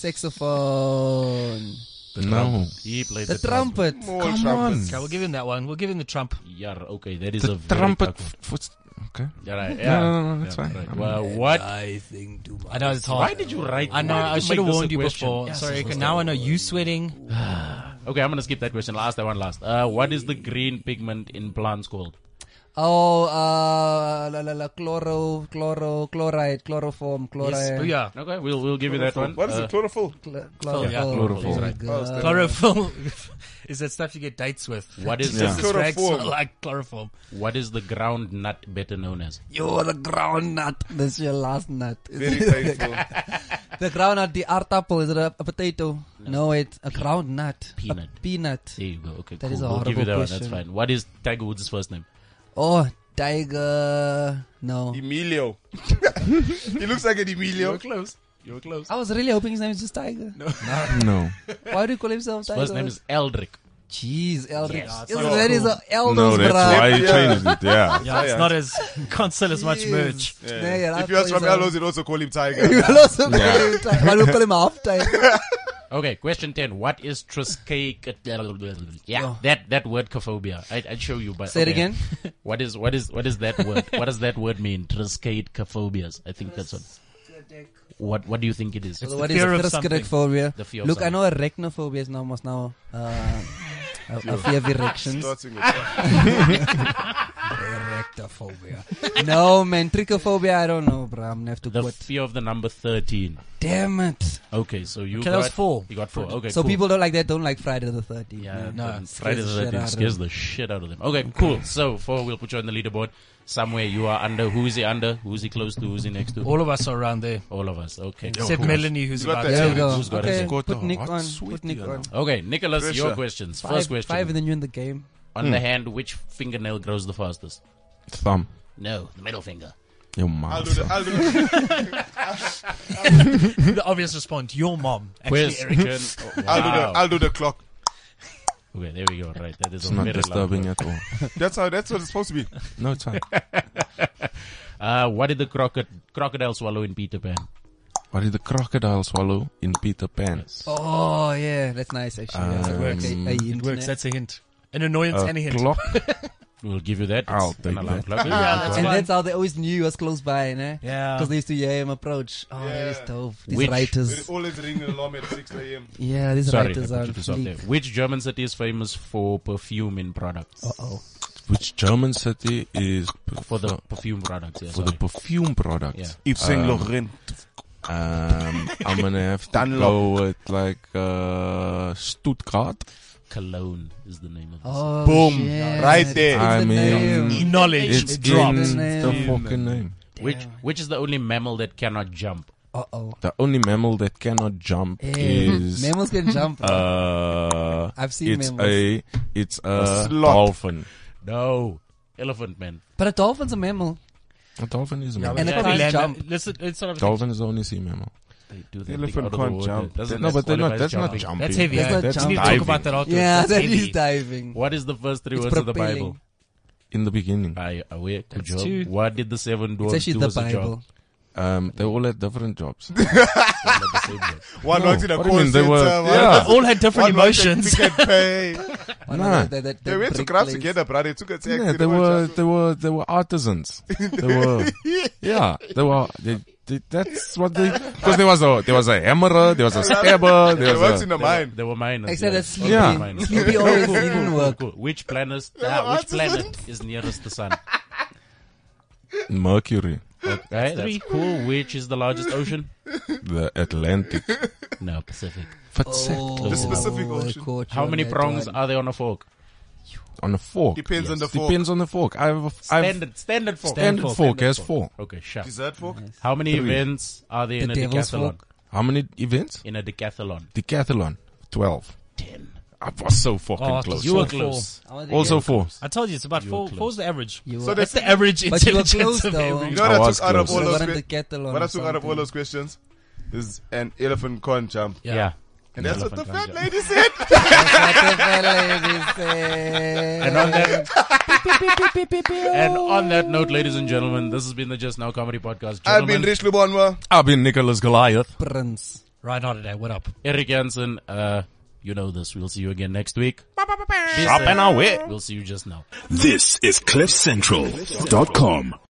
S5: saxophone,
S6: No.
S2: He played
S5: the
S2: the,
S5: trumpet.
S4: More
S6: Come on.
S4: trumpets.
S3: Okay, we'll give him that one. We'll give him the Trump.
S2: Yeah. Okay. That is a
S6: The
S2: very
S6: trumpet.
S2: tough one.
S6: foot- Okay.
S2: Yeah, right. Yeah.
S6: No, no, no, no, that's
S2: Yeah,
S6: fine.
S2: right.
S6: I'm-
S2: Well, what?
S5: I think to myself.
S3: I know it's hard.
S2: Why did you write?
S3: I know.
S2: why did
S3: I
S2: you
S3: should
S2: make
S3: have
S2: this a
S3: warned you
S2: question?
S3: before.
S2: Yes,
S3: Sorry,
S2: it was
S3: okay, now I know you sweating.
S2: Okay, I'm gonna skip that question. I'll ask that one last. Uh, what is the green pigment in plants called?
S5: Oh, uh, la la la, chloro, chloro, chloride, chloroform,
S3: Yes.
S5: chloride.
S3: Oh yeah.
S2: Okay, we'll we'll give you that one.
S4: What is
S2: Uh,
S4: it? Chlorophyll.
S5: Cl-
S3: Yeah,
S6: chloroform.
S5: Very
S6: Right.
S5: good.
S3: Chlorophyll is that stuff you get dates with.
S2: What is
S6: Yeah.
S2: the,
S3: These rags
S4: Chloroform.
S3: smell like chloroform.
S2: what is the ground nut better known as?
S5: You're the ground nut. That's your last nut.
S4: Very painful.
S5: the ground nut, the art apple, is it a, a potato? No. wait, a ground nut. A
S2: Peanut.
S5: peanut.
S2: There you go. Okay,
S5: That
S2: cool.
S5: is a
S2: we'll give you
S5: horrible
S2: that one.
S5: question.
S2: That's fine. What is Tiger Woods' first name?
S5: Oh, tiger. No.
S4: Emilio. he looks like an Emilio.
S2: close. You were close.
S5: I was really hoping his name is just Tiger.
S6: No.
S5: Why do you call himself Tiger?
S2: First name is Eldrick.
S5: Jeez, Eldridge.
S2: Yes.
S5: Yes, that is a Elvis,
S6: No, that's
S5: bruh.
S6: why you changed it. Yeah.
S3: Yeah, it's not as can't sell as much
S5: Jeez.
S3: merch.
S5: Yeah, yeah,
S4: If
S5: that's
S4: he was
S5: why
S4: from
S5: he's a-
S4: Ellos, you'd also call him
S5: You
S4: Tiger.
S5: will also call him Tiger. Why do you call him half Tiger?
S2: Okay, question ten. What is Triskaideka? Yeah,
S5: Oh.
S2: that that word cophobia. I, I'd show you, but
S5: Say it
S2: okay.
S5: again.
S2: What is what is what is that word? what does that word mean? Triskaidekaphobias. I think that's what. What what do you think it is?
S5: So what
S3: the
S5: is
S3: fear of
S5: arachnophobia?
S2: The fear of
S5: Look, I know arachnophobia is now almost now uh, a, a fear of erections.
S4: Starting with-
S5: Arachnophobia. no, man, trichophobia. I don't know, bro. I'm gonna have to
S2: The
S5: quit.
S2: fear of the number thirteen.
S5: Damn it!
S2: Okay, so you
S3: Okay,
S2: got
S3: that was four.
S2: You got four. Okay,
S5: So
S2: cool.
S5: people don't like that. Don't like Friday the 13th.
S2: Yeah,
S5: man.
S2: no,
S5: It scares
S2: Friday the
S5: shit out
S2: 13th
S5: of
S2: scares
S5: them.
S2: the shit out of them. Okay, cool. So, four, we'll put you on the leaderboard. Somewhere you are under. Who is he under? Who is he close to? Who is he next to? All,
S3: All of us are around there.
S2: of us. Okay.
S3: Except
S2: cool.
S3: Melanie, who's
S4: got
S3: about
S4: that
S5: There
S3: to.
S5: we go.
S2: Who's got
S5: okay,
S2: it?
S6: Got the
S5: put Nick
S6: hot
S5: on. Put
S6: sweetie,
S5: Nick
S6: you
S5: on.
S6: know.
S2: Okay, Nicholas, your
S4: Pressure.
S2: questions.
S5: Five,
S2: First question.
S5: Five, and then you're in the game.
S2: on the hand, which fingernail grows the fastest?
S6: Thumb.
S2: No, the middle finger.
S6: Your
S4: I'll
S6: mouth.
S4: do the, I'll do the,
S3: The obvious response: Your mom. Actually,
S2: Quiz.
S3: Eric.
S2: oh, Wow.
S4: I'll do the, I'll do the clock.
S2: Okay, there we go. Right, that is
S6: It's
S2: a
S6: not
S2: very loud
S6: disturbing
S2: one.
S6: at all.
S4: That's how, that's what it's supposed to be.
S6: No, it's fine.
S2: Uh, what did the crocod- crocodile swallow in Peter Pan?
S6: What did the crocodile swallow in Peter Pan?
S5: Oh yeah, that's nice actually.
S2: Ah,
S5: yeah.
S6: Um, It works.
S5: Okay, a hint
S3: It works.
S5: there.
S3: That's a hint. An annoyance and a hint.
S6: Uh, clock.
S2: We'll give you that. It's
S6: I'll take
S2: an alarm
S6: that.
S2: clock.
S5: and that's how they always knew he was close by, ne?
S3: Yeah.
S5: Because they used to hear him approach. Oh, that is dope. These
S2: Which-
S4: It's
S5: writers.
S4: always ringing alarm at 6 a.m.
S5: Yeah, these
S2: Sorry, I
S5: writers
S2: put
S5: are.
S2: you to stop there.
S5: fleek.
S2: Which German city is famous for perfume in products?
S5: Oh,
S6: Which German city is p-
S2: For the perfume products, yeah,
S6: for the
S2: sorry.
S6: perfume product?
S2: Yeah.
S4: Yves Saint Laurent.
S6: Um, I'm gonna have to
S4: Dunlop.
S6: go with like uh, Stuttgart.
S2: Cologne is the name of the city.
S5: oh
S4: Boom.
S5: shit.
S4: Right there.
S5: It's
S6: I
S5: the
S6: mean,
S5: name.
S3: Mm. Knowledge
S6: It's
S3: dropped.
S6: in
S5: name.
S6: the fucking name.
S2: Which which is the only mammal that cannot jump?
S5: Uh oh.
S6: The only mammal that cannot jump
S2: Eh,
S6: is
S5: Mammals can jump. bro.
S6: uh,
S5: I've seen
S6: it's
S5: mammals.
S6: a it's a,
S4: A sloth.
S6: dolphin.
S2: No, elephant man.
S5: but a dolphin's a mammal.
S6: A dolphin is a mammal.
S5: And it
S2: Yeah,
S5: can't
S3: Land-
S5: jump.
S3: Let's, let's sort of
S6: dolphin is the only sea mammal.
S2: They do that
S4: Elephant
S2: thing out of the
S4: can't
S2: water.
S4: jump.
S2: Doesn't
S6: No,
S2: that
S6: but they're not.
S2: qualify as
S6: That's not
S2: jumping?
S6: jumping.
S3: That's heavy.
S5: That's
S3: eh?
S5: not
S3: That's
S5: jumping.
S3: We need to talk about that afterwards.
S5: Yeah,
S3: That's
S5: that
S3: heavy.
S5: is diving.
S2: What is the first three
S5: It's
S2: words of the
S5: propelling.
S2: Bible?
S6: in the beginning.
S2: I aware. Good
S3: That's two.
S2: job. What did the seven
S5: It's
S2: dwarfs
S5: actually
S2: do
S5: the
S2: as a job?
S5: Bible.
S6: Um, they all had different jobs.
S2: They had the same job.
S4: One works in a
S6: What do
S4: call
S6: you mean? They
S4: center.
S6: were-
S4: one-
S6: yeah.
S3: All had different
S4: one works at
S3: emotions.
S4: Pick and Pay.
S5: One
S6: Nah.
S5: of the- that- that-
S4: They
S5: that
S4: went to
S5: brick
S4: clubs
S5: place.
S4: together, brother. They took a taxi.
S6: Yeah, they
S4: went
S6: were
S4: to-
S6: they were they were artisans. They were yeah, they were they, th- that's what they because there was a there was a hammerer, there was a stabber, there
S4: What's
S6: was a,
S4: in the mind?
S2: There were miners.
S5: Except
S2: yeah.
S5: that sleepy,
S6: Yeah.
S2: Miners.
S5: sleepy always
S2: Cool,
S5: didn't
S2: cool,
S5: work.
S2: cool. Which planet? ah, which
S4: what's
S2: planet is nearest the sun?
S6: Mercury,
S2: Okay, that's cool. Which is the largest ocean?
S6: the Atlantic.
S2: No, Pacific.
S5: Oh,
S4: The specific
S5: I
S4: ocean.
S5: caught you
S2: How
S5: on
S2: many
S5: that
S2: prongs
S5: one.
S2: are there on a fork?
S6: On a fork.
S4: Depends on the fork.
S6: Depends on the fork. I've, I've
S2: Standard, standard fork.
S6: standard fork, has four.
S2: Okay, sharp.
S4: Dessert fork?
S2: How many
S6: Three.
S2: events are there in
S5: The
S2: a
S5: devil's
S2: decathlon?
S5: fork.
S6: How many events?
S2: In a decathlon,
S6: Decathlon, twelve.
S2: ten.
S6: I was so fucking
S3: Oh,
S6: close.
S3: you were
S6: Four.
S3: close.
S5: I want to
S6: Also
S5: get-
S6: four.
S3: I told you it's about four.
S2: close.
S3: Four's the average.
S5: You
S4: So
S5: were,
S4: that's
S3: That's the average
S5: but you were
S3: intelligence
S5: close
S3: of
S5: though.
S3: every.
S4: You know what
S6: I
S4: I
S6: was
S4: took out of
S6: close.
S4: all
S5: You
S4: those
S5: were in
S4: que-
S5: the kettle on
S4: what I
S5: or
S4: took out of all
S5: something.
S4: those questions is an elephant corn jump.
S2: Yeah.
S4: And that's what the
S2: Elephant corn jump.
S4: fat lady said.
S2: And on that, and on that note, ladies and gentlemen, this has been the Just Now Comedy Podcast.
S4: I've been
S2: Gentlemen,
S4: Rich Lubonwa.
S6: I've been Nicholas Goliath.
S5: Prince.
S3: Right on today. What up?
S2: Eric Hansen. Uh, you know this. We'll see you again next week. Be
S6: Up
S2: safe.
S6: and away.
S2: We'll see you just now.
S1: This is CliffCentral.com.